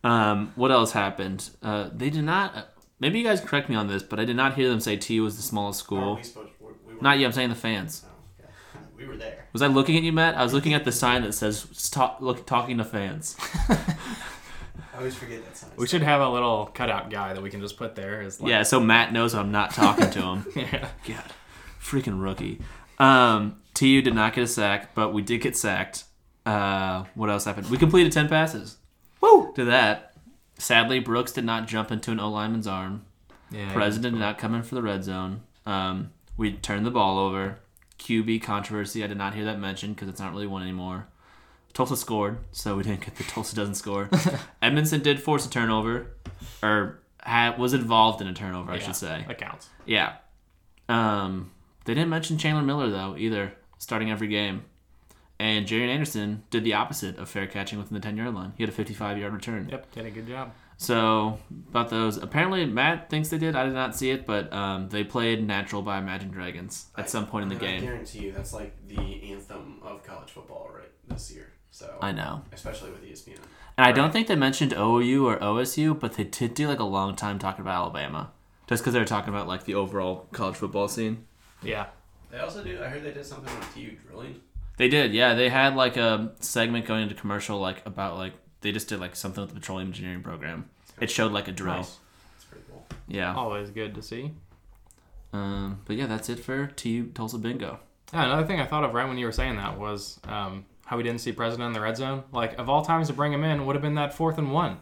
C: um, what else happened? Uh, they did not. Maybe you guys correct me on this, but I did not hear them say TU was the smallest
B: Are
C: school.
B: we supposed? We, we were,
C: Not yet. I'm saying the fans.
B: Oh, okay. We were there.
C: Was I looking at you, Matt? I was looking at the sign that says "Stop look, talking to fans."
B: I always forget that sign.
A: We should have a little cutout guy that we can just put there. As like,
C: Yeah, so Matt knows I'm not talking to him.
A: yeah.
C: God, freaking rookie. Um, TU did not get a sack, but we did get sacked. Uh, what else happened? We completed ten passes. Woo! To that, sadly, Brooks did not jump into an O lineman's arm.
A: Yeah.
C: President did not come in for the red zone. Um, we turned the ball over. QB controversy. I did not hear that mentioned because it's not really one anymore. Tulsa scored, so we didn't get the Tulsa doesn't score. Edmondson did force a turnover, or had, was involved in a turnover, I
A: Yeah,
C: should say.
A: That counts.
C: Yeah. Um, they didn't mention Chandler Miller though either, starting every game. And Jerry Anderson did the opposite of fair catching within the ten yard line. He had a fifty five yard return.
A: Yep. Did a good job.
C: So about those, apparently Matt thinks they did. I did not see it, but um, they played "Natural" by Imagine Dragons at some point in the
B: And I
C: game.
B: guarantee you that's like the anthem of college football right this year. So
C: I know,
B: especially with E ESPN.
C: and I don't think they mentioned OU or OSU, but they did do like a long time talking about Alabama, just because they were talking about like the overall college football scene.
A: Yeah.
B: They also do. I heard they did something with TU drilling.
C: They did, yeah. They had like a segment going into commercial, like about like they just did like something with the petroleum engineering program. It showed like a drill,
A: Nice. Oh.
B: It's pretty cool.
C: yeah.
A: Always good to see.
C: Um, but yeah, that's it for TU Tulsa Bingo.
A: Yeah, another thing I thought of right when you were saying that was um, how we didn't see President in the red zone. Like of all times to bring him in would have been that fourth and one.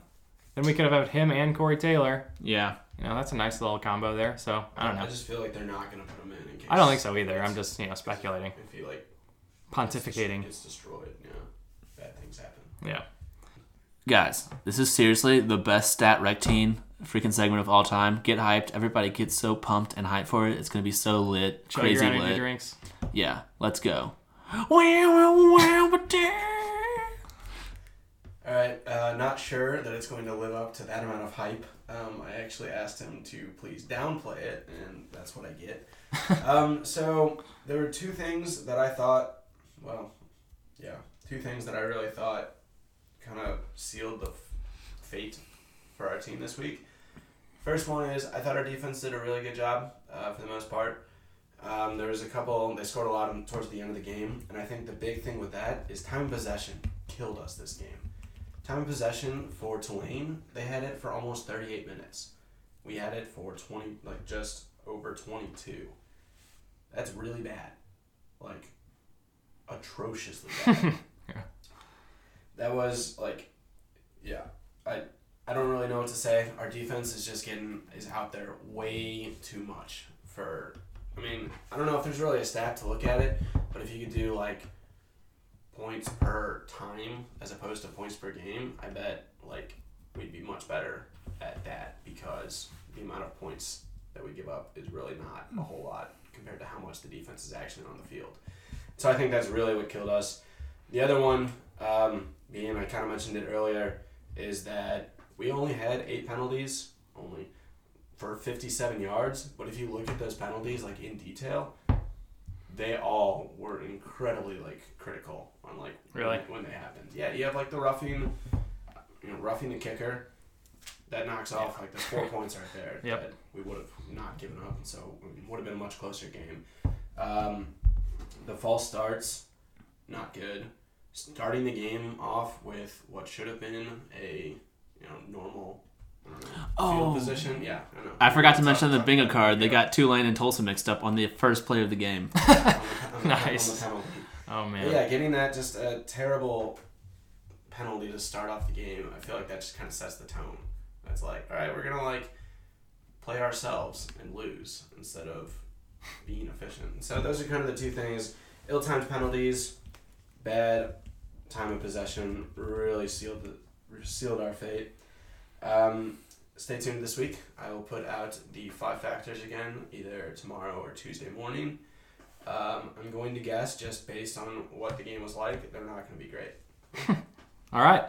A: Then we could have had him and Corey Taylor.
C: Yeah,
A: You know, that's a nice little combo there. So I don't know.
B: I just feel like they're not gonna put him in. in case
A: I don't think so either. I'm just you know speculating,
B: If he like
A: pontificating.
B: gets destroyed, yeah, bad things happen.
A: Yeah.
C: Guys, this is seriously the best stat rectine freaking segment of all time. Get hyped. Everybody get so pumped and hyped for it. It's going to be so lit.
A: Chug
C: crazy
A: your energy
C: lit.
A: drinks.
C: Yeah, let's go. That's
B: All right, uh, not sure that it's going to live up to that amount of hype. Um, I actually asked him to please downplay it, and that's what I get. um, so there were two things that I thought, well, yeah, two things that I really thought kind of sealed the f- fate for our team this week. First one is I thought our defense did a really good job uh, for the most part. Um, there was a couple, they scored a lot of them towards the end of the game, and I think the big thing with that is time of possession killed us this game. Time of possession for Tulane, they had it for almost 38 minutes. We had it for 20, like just over 22. That's really bad. Like, atrociously bad.
A: Yeah.
B: That was like, yeah. I I don't really know what to say. Our defense is just getting is out there way too much for. I mean, I don't know if there's really a stat to look at it, but if you could do like points per time as opposed to points per game, I bet like we'd be much better at that because the amount of points that we give up is really not a whole lot compared to how much the defense is actually on the field. So I think that's really what killed us. The other one, um, being I kind of mentioned it earlier, is that we only had eight penalties, only for 57 yards. But if you look at those penalties like in detail, they all were incredibly like critical on like
A: Really?
B: when, when they happened. Yeah, you have like the roughing, you know, roughing the kicker. That knocks off like the four points right there
A: Yep.
B: that we would have not given up, and so it would have been a much closer game. Um, the false starts, not good. Starting the game off with what should have been a you know normal I don't know, field
C: Oh.
B: position. Yeah, I know.
C: I forgot to mention the
B: Talk-
C: bingo
B: talk-
C: card. They
B: yeah,
C: got Tulane and Tulsa mixed up on the first play of the game.
B: on the- on the-
A: Nice.
B: on the penalty.
A: Oh
B: But
A: man.
B: Yeah, getting that just a terrible penalty to start off the game. I feel like that just kind of sets the tone. That's like, all right, we're gonna like play ourselves and lose instead of being efficient. So those are kind of the two things: ill-timed penalties, bad time of possession really sealed the, sealed our fate. Um, stay tuned this week. I will put out the five factors again either tomorrow or Tuesday morning. Um, I'm going to guess just based on what the game was like, they're not going to be great.
A: All right,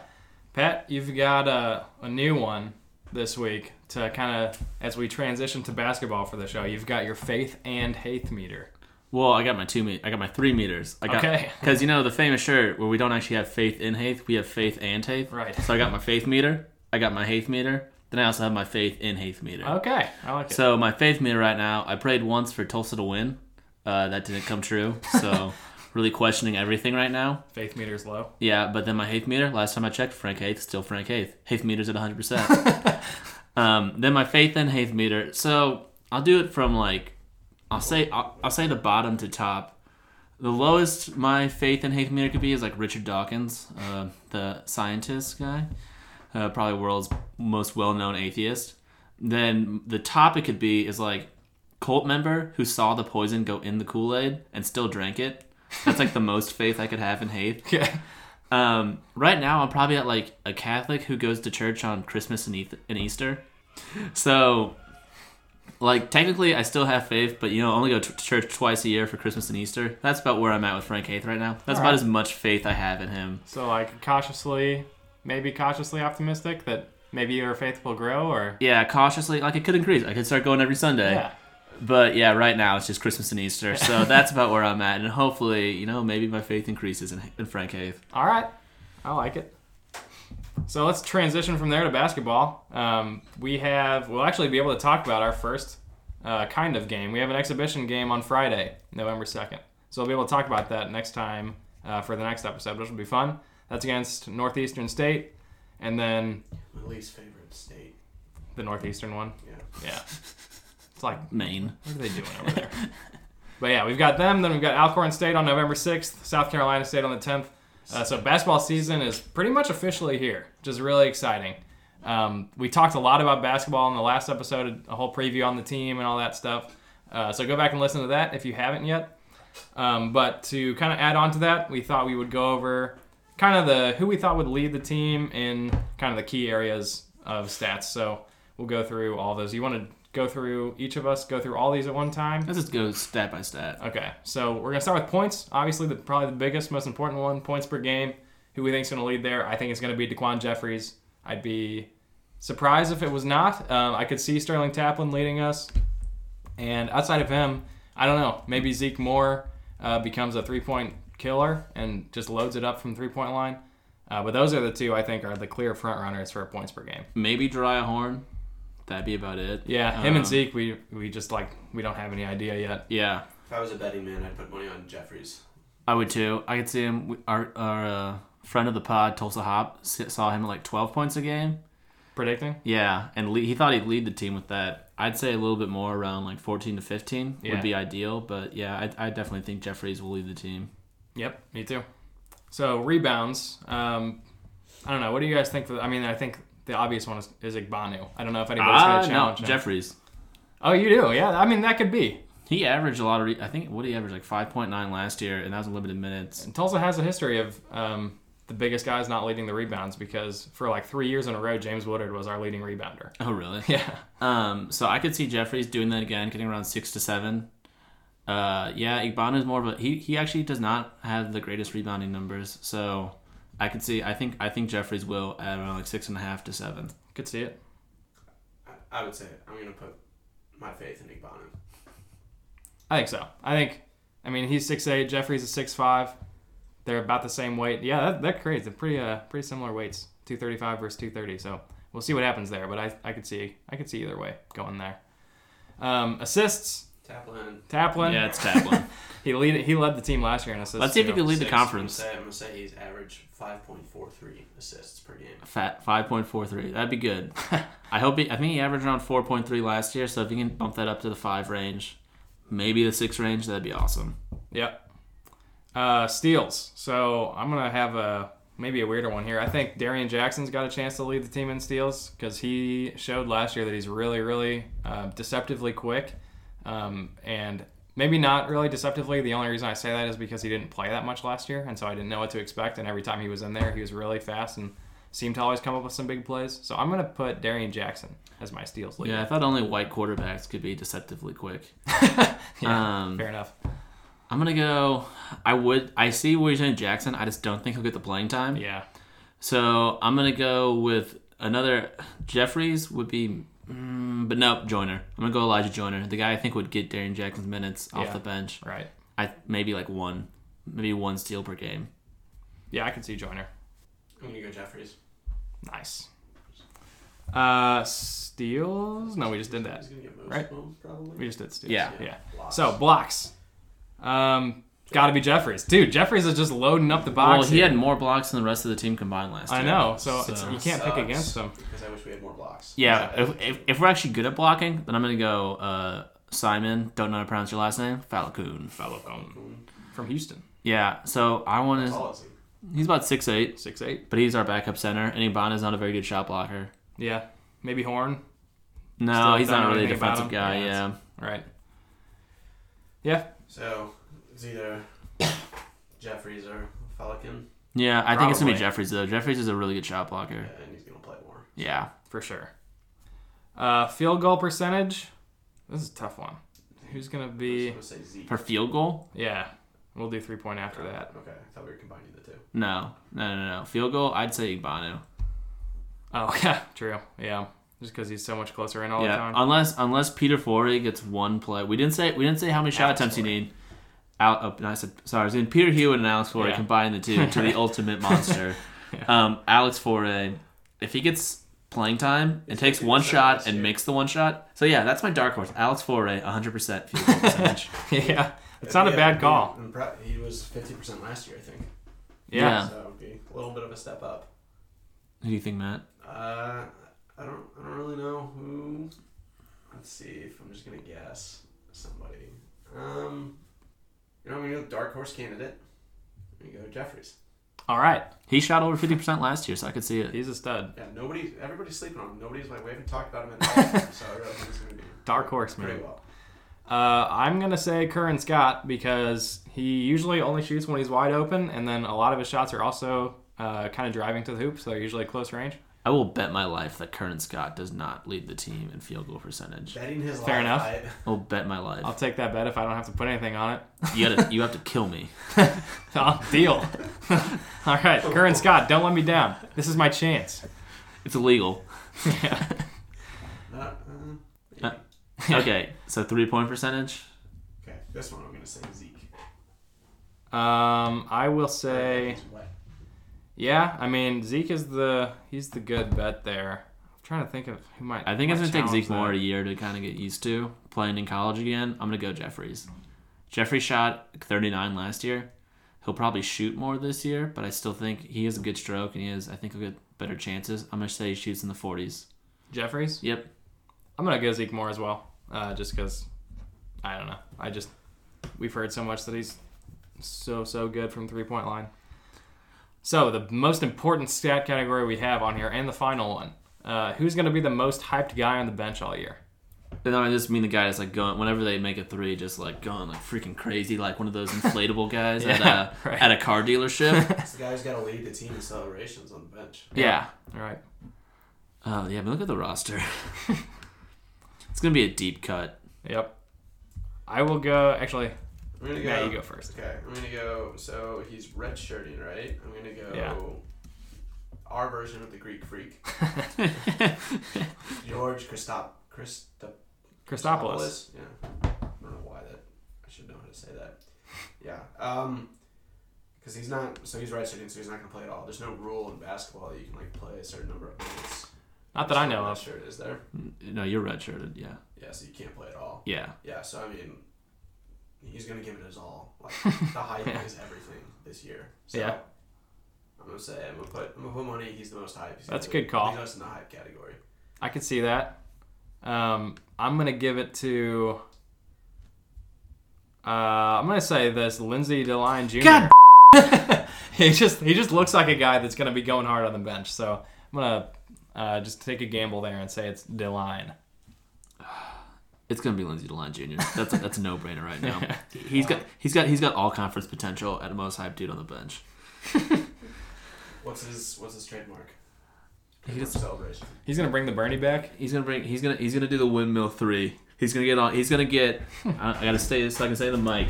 A: Pat, you've got a, a new one this week to kind of as we transition to basketball for the show. You've got your faith and hate meter.
C: Well, I got my two. Me- I got my three meters. I got,
A: Okay.
C: Because you know the famous shirt where we don't actually have faith in Haith, we have faith and Haith.
A: Right.
C: So I got my faith meter. I got my Haith meter. Then I also have my faith in Haith meter.
A: Okay, I like it.
C: So my faith meter right now. I prayed once for Tulsa to win. Uh, that didn't come true. So really questioning everything right now.
A: faith meter's low.
C: Yeah, but then my Haith meter. Last time I checked, Frank Haith still Frank Haith. Haith meter's at 100. percent Um. Then my faith in Haith meter. So I'll do it from like, I'll say I'll, I'll say the bottom to top. The lowest my faith in Haith meter could be is like Richard Dawkins, uh, the scientist guy, uh, probably world's most well known atheist. Then the top it could be is like cult member who saw the poison go in the Kool Aid and still drank it. That's like the most faith I could have in Haith.
A: Okay.
C: Um, right now, I'm probably at like a Catholic who goes to church on Christmas and, Eath- and Easter. So, like, technically, I still have faith, but you know, I only go to to church twice a year for Christmas and Easter. That's about where I'm at with Frank Haith right now. That's
A: All
C: about
A: right.
C: as much faith I have in him.
A: So like cautiously, maybe cautiously optimistic that maybe your faith will grow or
C: Yeah, cautiously, like, it could increase. I could start going every Sunday.
A: yeah.
C: But yeah, right now, it's just Christmas and Easter. So, that's about where I'm at. And hopefully, you know, maybe my faith increases in, in Frank Haith.
A: All right, I like it. So let's transition from there to basketball. Um, we have we'll actually be able to talk about our first uh, kind of game. We have an exhibition game on Friday, November second. So we'll be able to talk about that next time uh, for the next episode, which will be fun. That's against Northeastern State, and then
B: My least favorite state.
A: the Northeastern one.
B: Yeah.
A: Yeah, it's like
C: Maine.
A: What are they doing over there? but yeah, we've got them. Then we've got Alcorn State on November 6th, South Carolina State on the 10th. Uh, so basketball season is pretty much officially here, which is really exciting. Um, we talked a lot about basketball in the last episode, a whole preview on the team and all that stuff. Uh, so go back and listen to that if you haven't yet. Um, but to kind of add on to that, we thought we would go over kind of the who we thought would lead the team in kind of the key areas of stats. So we'll go through all those. You want to go through each of us, go through all these at one time?
C: Let's just go stat by stat.
A: Okay, so we're gonna start with points. Obviously, the probably the biggest, most important one, points per game. Who we think's gonna lead there? I think it's gonna be DeQuan Jeffries. I'd be surprised if it was not. Um, I could see Sterling Taplin leading us, and outside of him, I don't know. Maybe Zeke Moore uh, becomes a three-point killer and just loads it up from three-point line. Uh, but those are the two I think are the clear front runners for points per game.
C: Maybe Dry Horn. That'd be about it.
A: Yeah, him
C: Um,
A: and Zeke, we we just like we don't have any idea yet.
C: Yeah,
B: If I was a betting man, I'd put money on Jeffries.
C: I would too. I could see him. we- Our our uh, friend of the pod, Tulsa Hop, s- saw him at like twelve points a game.
A: Predicting?
C: Yeah, and le- he thought he'd lead the team with that. I'd say a little bit more around like fourteen to fifteen
A: Yeah.
C: would be ideal. But yeah, I, I definitely think Jeffries will lead the team.
A: Yep, me too. So rebounds. Um, I don't know. What do you guys think? For, I mean, I think the obvious one is, is Igbanu. I don't know if anybody's
C: Ah,
A: going to
C: no,
A: challenge him.
C: Jeffries.
A: Oh, you do? Yeah. I mean, that could be.
C: He averaged a lot of. Re- I think what did he average like five point nine last year, and that was in limited minutes.
A: And Tulsa has a history of um, the biggest guys not leading the rebounds because for like three years in a row, James Woodard was our leading rebounder.
C: Oh really?
A: Yeah.
C: Um, so I could see Jeffries doing that again, getting around six to seven. Uh, yeah, Igbana is more of a he. He actually does not have the greatest rebounding numbers, so I could see. I think I think Jeffries will at around like six and a half to seven.
A: Could see it.
B: I, I would say I'm gonna put my faith in Igbanu.
A: I think so. I think, I mean, he's 6'8, Jeffrey's a 6'5. They're about the same weight. Yeah, that, that creates a pretty uh, pretty similar weights 235 versus 230. So we'll see what happens there, but I, I could see I could see either way going there. Um, assists,
B: Taplin.
A: Taplin.
C: Yeah, it's Taplin.
A: He, lead, he led the team last year in assists.
C: Let's see if he
A: too.
C: can lead the
B: Six, I'm gonna
C: conference.
B: say- I'm gonna say he's average 5.43 assists per game.
C: Fat five point four three. That'd be good. I hope. He, I think he averaged around four point three last year, so if he can bump that up to the five range, maybe the six range, that'd be awesome.
A: Yep. Uh, steals. So I'm gonna have a maybe a weirder one here. I think Darian Jackson's got a chance to lead the team in steals because he showed last year that he's really, really uh, deceptively quick, um, and maybe not really deceptively. The only reason I say that is because he didn't play that much last year, and so I didn't know what to expect. And every time he was in there, he was really fast and seemed to always come up with some big plays. So I'm gonna put Darian Jackson as my steals leader.
C: Yeah, I thought only white quarterbacks could be deceptively quick.
A: Yeah,
C: Um,
A: fair enough.
C: I'm gonna go. I would. I see where you're saying Jackson. I just don't think he'll get the playing time.
A: Yeah,
C: So I'm gonna go with another. Jeffries would be, mm, but nope. Joyner. I'm gonna go Elijah Joyner, the guy I think would get Darren Jackson's minutes off
A: Yeah.
C: the bench.
A: right.
C: I maybe like one, maybe one steal per game.
A: Yeah, I can see Joyner.
B: I'm gonna go Jeffries.
A: Nice. Uh, steals? No, we just did that.
B: He's gonna get most
A: Right.
B: bombs probably.
A: We just did steals.
C: Yeah.
A: Yeah.
B: Lots.
A: So blocks. Um, gotta be Jeffries, dude. Jeffries is just loading up the box.
C: Well, he
A: here.
C: had more blocks than the rest of the team combined last year.
A: I know. So, It's, you can't pick
B: Sucks.
A: against him.
B: because I wish we had more blocks.
C: Yeah, if, if, if we're actually good at blocking, then I'm gonna go uh, Simon. Don't know how to pronounce your last name. Falcon.
A: From Houston,
C: Yeah. So I want to.
B: Policy.
C: He's about six eight.
A: six eight.
C: But he's our backup center, and Ibana's not a very good shot blocker.
A: Yeah. Maybe Horn.
C: No,
A: Still
C: he's
A: don't
C: not
A: know
C: really a
A: anything about
C: defensive
A: him.
C: guy.
A: Yeah,
C: Yeah,
A: it's- Right. Yeah.
B: So it's either Jeffries or Falcon,
C: yeah. I think it's gonna be
A: Probably.
C: Jeffries though. Jeffries is a really good shot blocker.
B: and he's gonna play more.
C: Yeah,
A: For sure. Uh, field goal percentage. This is a tough one. Who's gonna
B: I'm
A: be?
B: gonna say Zeke.
C: for field goal?
A: Yeah. We'll do three point after that.
B: Okay, I thought we were combining the two.
C: No, no, no, no. Field goal? I'd say Ibanu.
A: Oh yeah, true. Yeah, just because he's so much closer in all the
C: Yeah,
A: time.
C: unless unless Peter Forey gets one play. We didn't say we didn't say how many shot
A: Alex
C: attempts you
A: Forey.
C: need. Out. Oh, no, I said sorry. I was in Peter Hewitt and Alex Forey
A: Yeah.
C: combine the two to the ultimate monster. Um, Alex Forey, if he gets playing time and
B: He's
C: takes
B: making
C: one
B: the shot
C: shot
B: this
C: and
B: year.
C: makes the one shot, so yeah, that's my dark horse. Alex Forey, 100% field goal percentage.
A: yeah, it's not a bad call.
B: He, impre- he was 50% last year, I think.
A: Yeah.
C: Yeah.
B: So it would be a little bit of a step up.
C: Who do you think, Matt?
B: Uh, I don't, I don't really know who. Let's see if I'm just gonna guess somebody. Um, you know, I'm gonna go dark horse candidate. I'm gonna go Jeffries.
A: All right,
C: He shot over 50% last year, so I could see it.
A: he's a stud.
B: Yeah, nobody, everybody's sleeping on him. Nobody's like, we haven't talked about him at all. so I really think he's gonna be
A: Dark horse, man.
B: pretty well.
A: Uh, I'm gonna say Curran Scott because he usually only shoots when he's wide open, and then a lot of his shots are also uh, kind of driving to the hoop, so they're usually close range.
C: I will bet my life that Kernan Scott does not lead the team in field goal percentage.
B: Betting his
A: Fair
B: life,
A: enough.
B: I-
C: I'll bet my life.
A: I'll take that bet if I don't have to put anything on it.
C: You gotta, you have to kill me.
A: Oh, deal. All right, Curran Scott, don't let me down. This is my chance.
C: It's illegal.
B: not, uh, maybe.
C: Uh. Okay, so three point percentage.
B: okay, this one I'm gonna say Zeke.
A: Um, I will say.
B: He's wet.
A: Yeah, I mean Zeke is the he's the good bet there. I'm trying to think of who might.
C: I think it's
A: might
C: gonna take
A: challenge
C: Zeke more
A: that.
C: a year to kind of get used to playing in college again. I'm gonna go Jeffries. Jeffrey shot 39 last year. He'll probably shoot more this year, but I still think he has a good stroke and he has. I think he'll get better chances. I'm gonna say he shoots in the 40s.
A: Jeffries.
C: Yep.
A: I'm gonna go Zeke more as well, uh, just because I don't know. I just we've heard so much that he's so so good from three point line. So the most important stat category we have on here, and the final one, uh, who's gonna be the most hyped guy on the bench all year?
C: And I just mean the guy that's like going whenever they make a three, just like going like freaking crazy, like one of those inflatable guys at
A: Yeah,
C: a
A: right.
C: at a car dealership.
B: This guy's got to lead the team in celebrations on the bench.
C: yeah.
A: All right.
C: Oh yeah, but look at the roster. it's gonna be a deep cut.
A: Yep. I will go. Actually,
B: I'm gonna go.
A: Matt, you go first.
B: Okay, I'm gonna go. So he's redshirting, right? I'm gonna go.
A: Yeah.
B: Our version of the Greek Freak, George Christop Christop
A: Christopoulos.
B: Yeah, I don't know why that. I should know how to say that. Yeah. Um, because he's not. So he's redshirting, so he's not gonna play at all. There's no rule in basketball that you can like play a certain number of minutes.
A: Not that I know of.
B: Redshirt is there?
C: No, you're redshirted. Yeah.
B: Yeah, so you can't play at all.
C: Yeah.
B: Yeah, so I mean, he's gonna give it his all. Like the hype is everything this year. So
A: Yeah.
B: I'm gonna say I'm gonna put I'm gonna put money. He's the most hype. He's
A: That's
B: gonna
A: a good call.
B: Lead us in the hype category.
A: I could see that. Um, I'm gonna give it to. Uh, I'm gonna say this Lindsey DeLion Jr.
C: God
A: he just he just looks like a guy that's gonna be going hard on the bench. So I'm gonna uh, just take a gamble there and say it's DeLion.
C: It's gonna be Lindsey DeLon Jr. That's a, that's a no brainer right now. He's got he's got he's got all conference potential at most hype dude on the bench.
B: What's his What's his trademark?
C: He gets-
B: celebration.
A: He's gonna bring the Bernie back.
C: He's gonna bring he's gonna he's gonna do the windmill three. He's gonna get on. He's gonna get. I, I gotta say this so I can say the mic.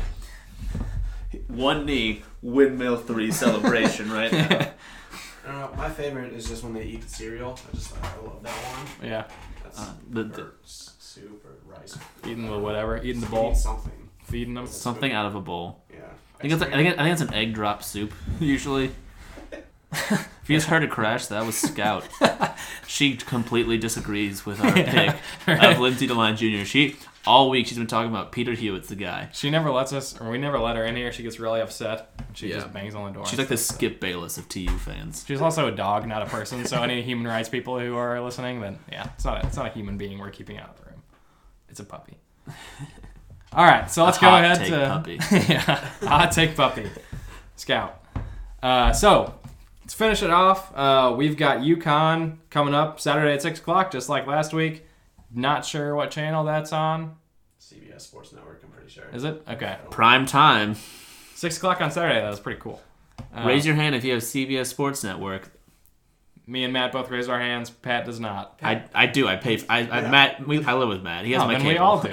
C: One knee windmill three celebration right now.
B: I don't know. My favorite is just when they eat the cereal. I just I love that one.
A: Yeah,
B: That's
C: Uh, the- the-
B: or s- soup or rice.
A: eating the whatever, eating the
B: Eat
A: bowl,
B: Something.
A: feeding them.
C: Something out of a bowl.
B: Yeah.
C: I think, it's, I, think, I think it's an egg drop soup, usually. If you just heard a crash, that was Scout. she completely disagrees with our pick of Lindsay DeLine Jr. She all week she's been talking about Peter Hewitt's the guy.
A: She never lets us, or we never let her in here. She gets really upset. She
C: Yeah.
A: just bangs on the door.
C: She's like the Skip Bayless of TU fans.
A: She's also a dog, not a person. So any human rights people who are listening, then yeah, it's not a, it's not a human being we're keeping out of the room. It's a puppy. All right, so let's go
C: hot
A: ahead
C: take
A: to
C: puppy.
A: yeah, hot take puppy, scout. Uh, so let's finish it off. Uh, we've got UConn coming up Saturday at six o'clock, just like last week. Not sure what channel that's on.
B: CBS Sports Network. I'm pretty sure.
A: Is it okay?
C: Prime time.
A: Six o'clock on Saturday. That was pretty cool. Uh,
C: Raise your hand if you have CBS Sports Network.
A: me and Matt both raised our hands. Pat does not.
C: I, I do. I pay. f I I
B: Yeah.
C: Matt. We, I live with Matt. He has
A: Oh,
C: my
A: then
C: cable.
A: we all do.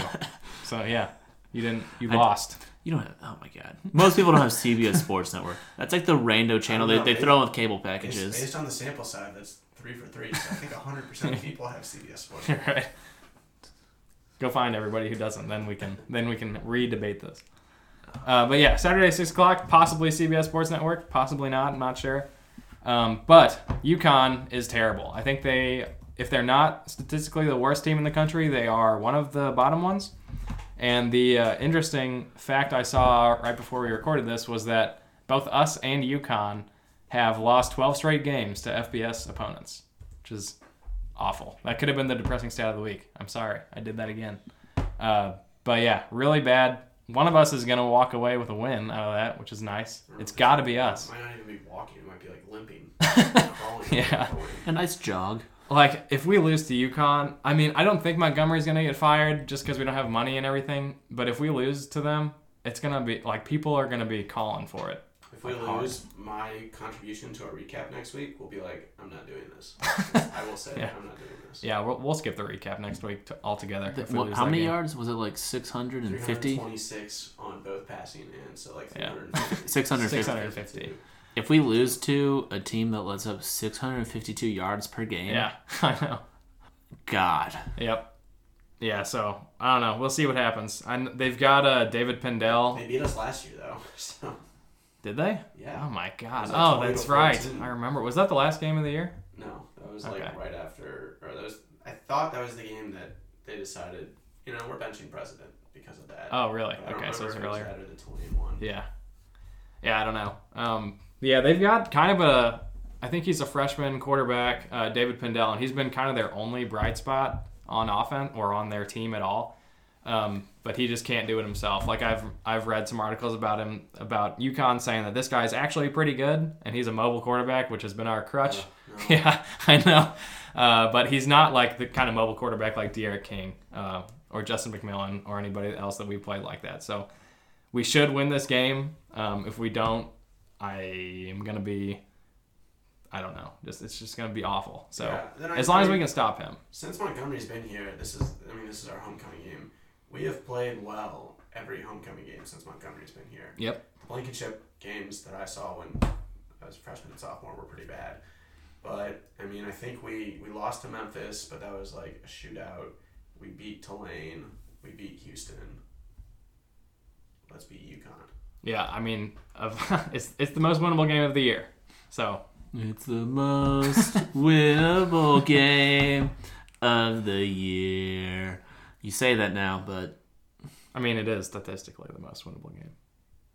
A: So yeah, you didn't. You lost.
C: You don't have. Oh my god. Most people don't have CBS Sports Network. That's like the rando channel
B: know,
C: they, they
B: maybe.
C: throw in with cable
B: Based-
C: packages.
B: Based on the sample size, that's three for three. So I think 100% of people have CBS Sports.
A: right. Go find everybody who doesn't. Then we can then we can re-debate this. Uh, but yeah, Saturday six o'clock, possibly CBS Sports Network, possibly not. I'm not sure. Um, but UConn is terrible. I think they, if they're not statistically the worst team in the country, they are one of the bottom ones. And the uh, interesting fact I saw right before we recorded this was that both us and UConn have lost 12 straight games to FBS opponents, which is awful. That could have been the depressing stat of the week. I'm sorry, I did that again. Uh, but yeah, really bad. One of us is gonna walk away with a win out of that, which is nice. It's got to be
B: It
A: us.
B: might not even be walking. It might be like limping. Crawling.
A: Yeah.
C: A nice jog.
A: Like if we lose to UConn, I mean, I don't think Montgomery's gonna get fired just because we don't have money and everything. But if we lose to them, it's gonna be like people are gonna be calling for it.
B: If we
A: Like hard.
B: lose, my contribution to our recap next week will be like, I'm not doing this. I will say,
A: Yeah.
B: I'm not doing this.
A: Yeah, we'll, we'll skip the recap next week to, altogether.
C: The-
A: if we
C: what-
A: lose
C: how
A: that
C: many
A: game.
C: yards was it? Like six hundred and fifty.
B: 326 on both passing and so like
A: Yeah.
B: 350.
C: Six hundred fifty.
A: 650.
C: If we lose to a team that lets up six hundred and fifty-two yards per game,
A: Yeah, I know.
C: God,
A: Yep. Yeah, so I don't know. We'll see what happens. And they've got uh, David Pendel.
B: They beat us last year though, so
A: Did they?
B: Yeah.
A: Oh my god.
B: was like
A: Oh,
B: 20 to
A: that's right.
B: 14.
A: I remember. Was that the last game of the year?
B: No, that was like
A: Okay.
B: right after, or that was. I thought that was the game that they decided. You know, we're benching president because of that.
A: Oh, really?
B: But I don't
A: Okay, so
B: remember
A: it's
B: if it was
A: earlier.
B: that or the twenty-one.
A: Yeah. Yeah, I don't know. Um, yeah, they've got kind of a. I think he's a freshman quarterback, uh, David Pendel, and he's been kind of their only bright spot on offense or on their team at all. Um, but he just can't do it himself. Like I've I've read some articles about him about UConn saying that this guy's actually pretty good and he's a mobile quarterback, which has been our crutch.
B: No.
A: Yeah, I know. Uh, but he's not like the kind of mobile quarterback like De'Aaron King uh, or Justin McMillan or anybody else that we played like that. So we should win this game. Um, if we don't, I am gonna be, I don't know. Just it's just gonna be awful. So
B: Yeah, then I
A: as long as
B: agree.
A: we can stop him,
B: Since Montgomery's been here, this is. I mean, this is our homecoming game. We have played well every homecoming game since Montgomery's been here.
A: Yep.
B: The Blankenship games that I saw when I was a freshman and sophomore were pretty bad. But I mean, I think we we lost to Memphis, but that was like a shootout. We beat Tulane. We beat Houston. Let's beat UConn.
A: yeah. I mean, of, it's it's the most winnable game of the year. So
C: It's the most winnable game of the year. You say that now, but
A: I mean, it is statistically the most winnable game.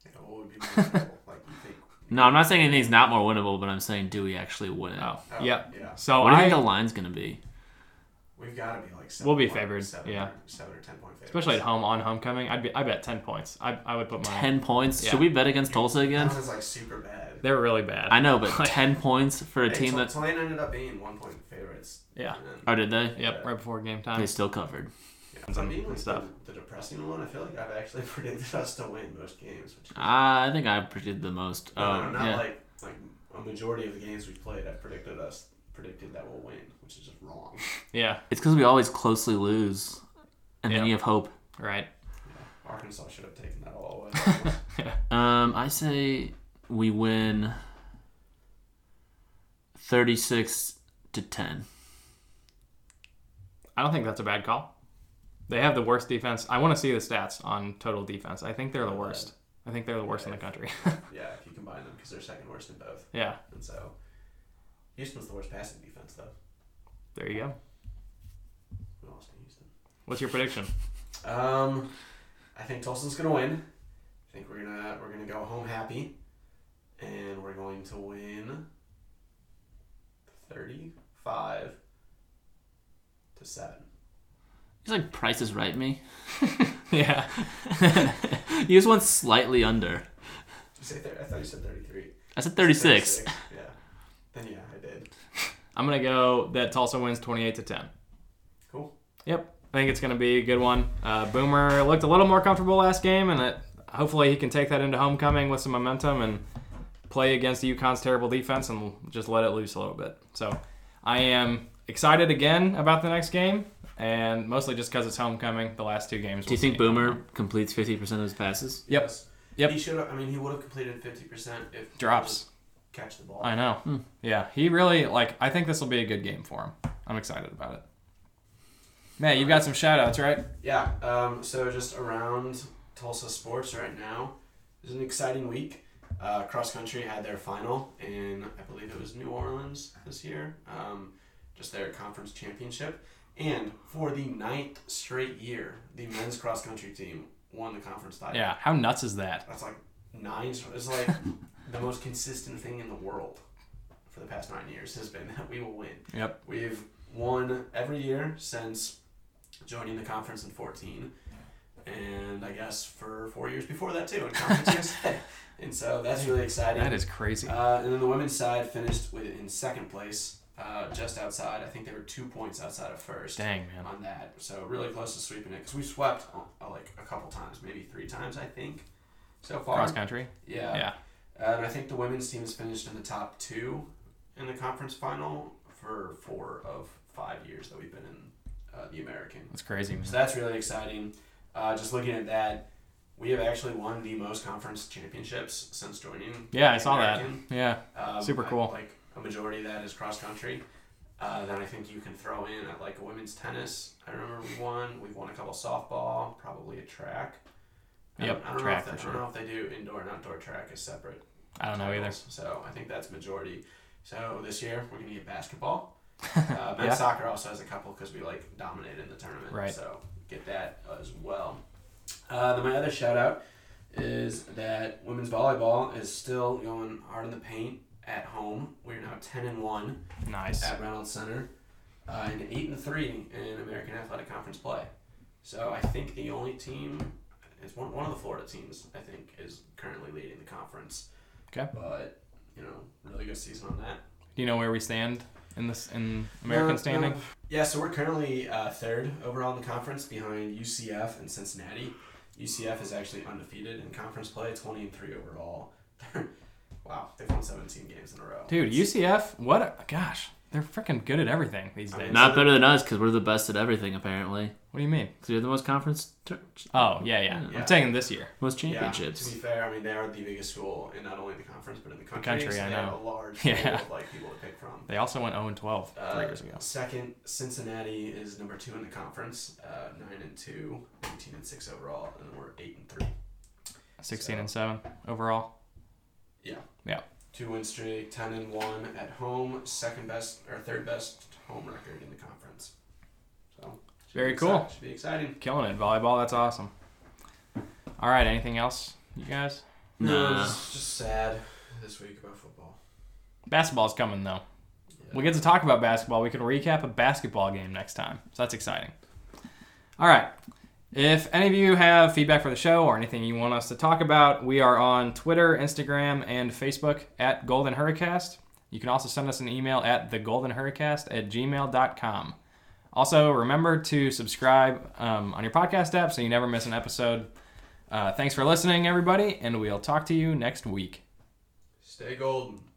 B: Like, what would be more difficult? like you think?
C: no, I'm not saying anything's not more winnable, but I'm saying do we actually win it?
A: Oh,
B: Oh,
A: yep.
B: Yeah.
A: So
C: what do you
A: I,
C: think the line's going to be?
B: We've got to be like. Seven
A: We'll be
B: point-
A: favored,
B: Seven,
A: yeah.
B: Seven or ten point favorites.
A: especially at home on homecoming, I'd be I bet ten points. I I would put my
C: 10 points?
A: Yeah.
C: Should we bet against Tulsa again?
B: That sounds like super bad.
A: They're really bad.
C: I know, but 10 points for a
B: Hey,
C: team
B: Tul-
C: that.
B: Tulane ended up being one point favorites.
A: Yeah.
B: And then-
C: Oh, did they?
A: Yep. Right before game
C: They
A: time.
C: still covered.
B: yeah.
A: and
B: I'm being, like,
A: stuff.
B: The, the depressing one. I feel like I've actually predicted us to win most games. Which
A: Ah,
C: I think I predicted the most.
B: no,
C: Oh,
B: no, not
C: yeah.
B: like like a majority of the games we played. I predicted us predicted that we'll win, which is just wrong.
A: Yeah.
C: It's because we always closely lose, and
A: Yeah.
C: then you have hope.
A: Right.
B: Arkansas should have taken that all away.
C: Um, I say we win 36 to 10.
A: I don't think that's a bad call. They have the worst defense. I want to see the stats on total defense. I think they're the worst. I think they're the worst in the country.
B: yeah, if you combine them, because they're second worst in both,
A: yeah.
B: and so Houston's the worst passing defense though.
A: There you go.
B: We lost to Houston.
A: What's your prediction?
B: Um, I think Tulsa's gonna win. I think we're gonna we're gonna go home happy, and we're going to win thirty-five to seven.
C: He's like, Price is right me.
A: yeah.
C: you just went slightly under.
B: Did you say thir- I thought you said thirty-three.
C: I said 36.
B: Yeah. Then yeah, I did.
A: I'm going to go that Tulsa wins 28 to 10.
B: Cool.
A: Yep. I think it's going to be a good one. Uh, Boomer looked a little more comfortable last game, and it, hopefully he can take that into homecoming with some momentum and play against UConn's terrible defense and just let it loose a little bit. So I am excited again about the next game, and mostly just because it's homecoming. The last two games.
C: Do you
A: we'll
C: think
A: see.
C: Boomer completes 50% of his passes?
A: Yep.
B: Yes.
A: Yep.
B: He should. have I mean, he would have completed fifty percent if he
A: drops?
B: would catch the ball.
A: I know.
C: Hmm.
A: Yeah, he really like. I think this will be a good game for him. I'm excited about it. Man, you've got some shout outs, right?
B: Yeah, um, so just around Tulsa sports right now. It was an exciting week. Uh, cross country had their final in, I believe it was New Orleans this year, um, just their conference championship. And for the ninth straight year, the men's cross country team won the conference title.
A: Yeah. How nuts is that?
B: That's like nine. It's like the most consistent thing in the world for the past nine years has been that we will win.
A: Yep.
B: We've won every year since joining the conference in 14. And I guess for four years before that, too, in conferences. and so that's really exciting.
A: That is crazy.
B: Uh, and then the women's side finished with, in second place, uh, just outside. I think they were two points outside of first
A: Dang man.
B: on that. So really close to sweeping it because we swept uh, like a couple times, maybe three times, I think, so far.
A: Cross country.
B: Yeah.
A: Yeah.
B: Uh, and I think the women's team has finished in the top two in the conference final for four of five years that we've been in uh, the American.
A: That's crazy, man.
B: So that's really exciting. Uh, just looking at that, we have actually won the most conference championships since joining.
A: Yeah, I
B: the
A: saw that.
B: American.
A: Yeah.
B: Um,
A: Super
B: I-
A: cool.
B: like a majority of that is cross country. Uh, then I think you can throw in at like women's tennis. I remember we won. We've won a couple softball, probably a track. I don't-
A: Yep,
B: I don't,
A: track
B: know if
A: for
B: they, I
A: sure.
B: don't know if they do indoor and outdoor track is separate.
A: I don't know either.
B: titles. So I think that's majority. So this year we're gonna get basketball. Uh, men's
A: Yeah.
B: soccer also has a couple because we like dominated in the tournament.
A: Right.
B: So get that as well. Uh, then my other shout out is that women's volleyball is still going hard in the paint at home. We're now ten and one
A: Nice.
B: at Reynolds Center, uh, and eight and three in American Athletic Conference play. So I think the only team is one, one of the Florida teams. I think is currently leading the conference.
A: Okay.
B: But you know, really good season on that.
A: Do you know where we stand in this in American
B: Uh,
A: standing?
B: uh, yeah, so we're currently uh, third overall in the conference behind UCF and Cincinnati. UCF is actually undefeated in conference play, twenty and three overall. wow, they've won seventeen games in a row.
A: Dude,
B: It's-
A: UCF, what a gosh, they're freaking good at everything these days.
B: No.
C: Not better than us because we're the best at everything apparently.
A: What do you mean?
C: Because we have the most conference, tur-
A: Oh, yeah, yeah.
B: Yeah.
A: I'm taking this year.
C: most
B: Yeah,
C: championships.
B: to be fair, I mean they are the biggest school in not only the conference but in the country.
A: country,
B: so
A: I
B: they
A: know.
B: have a large
A: Yeah.
B: pool of like people to pick from.
A: They also went 0 and 12
B: Uh,
A: three years ago.
B: Second, Cincinnati is number two in the conference, uh, nine and two, 18 and six overall, and then we're eight and three.
A: 16 and 7 overall.
B: Two win streak, ten and one at home, second best or third best home record in the conference. So should be
A: Very
B: exci-
A: cool.
B: Should be exciting.
A: Killing it. Volleyball, that's awesome. All right, anything else, you guys?
C: Nah.
B: just, just sad this week about football.
A: Basketball's coming, though.
B: Yeah.
A: We get to talk about basketball. We can recap a basketball game next time. So that's exciting. All right. If any of you have feedback for the show or anything you want us to talk about, we are on Twitter, Instagram, and Facebook at Golden Hurricast. You can also send us an email at thegoldenhurricast at gmail.com. Also, remember to subscribe um, on your podcast app so you never miss an episode. Uh, thanks for listening, everybody, and we'll talk to you next week.
B: Stay golden.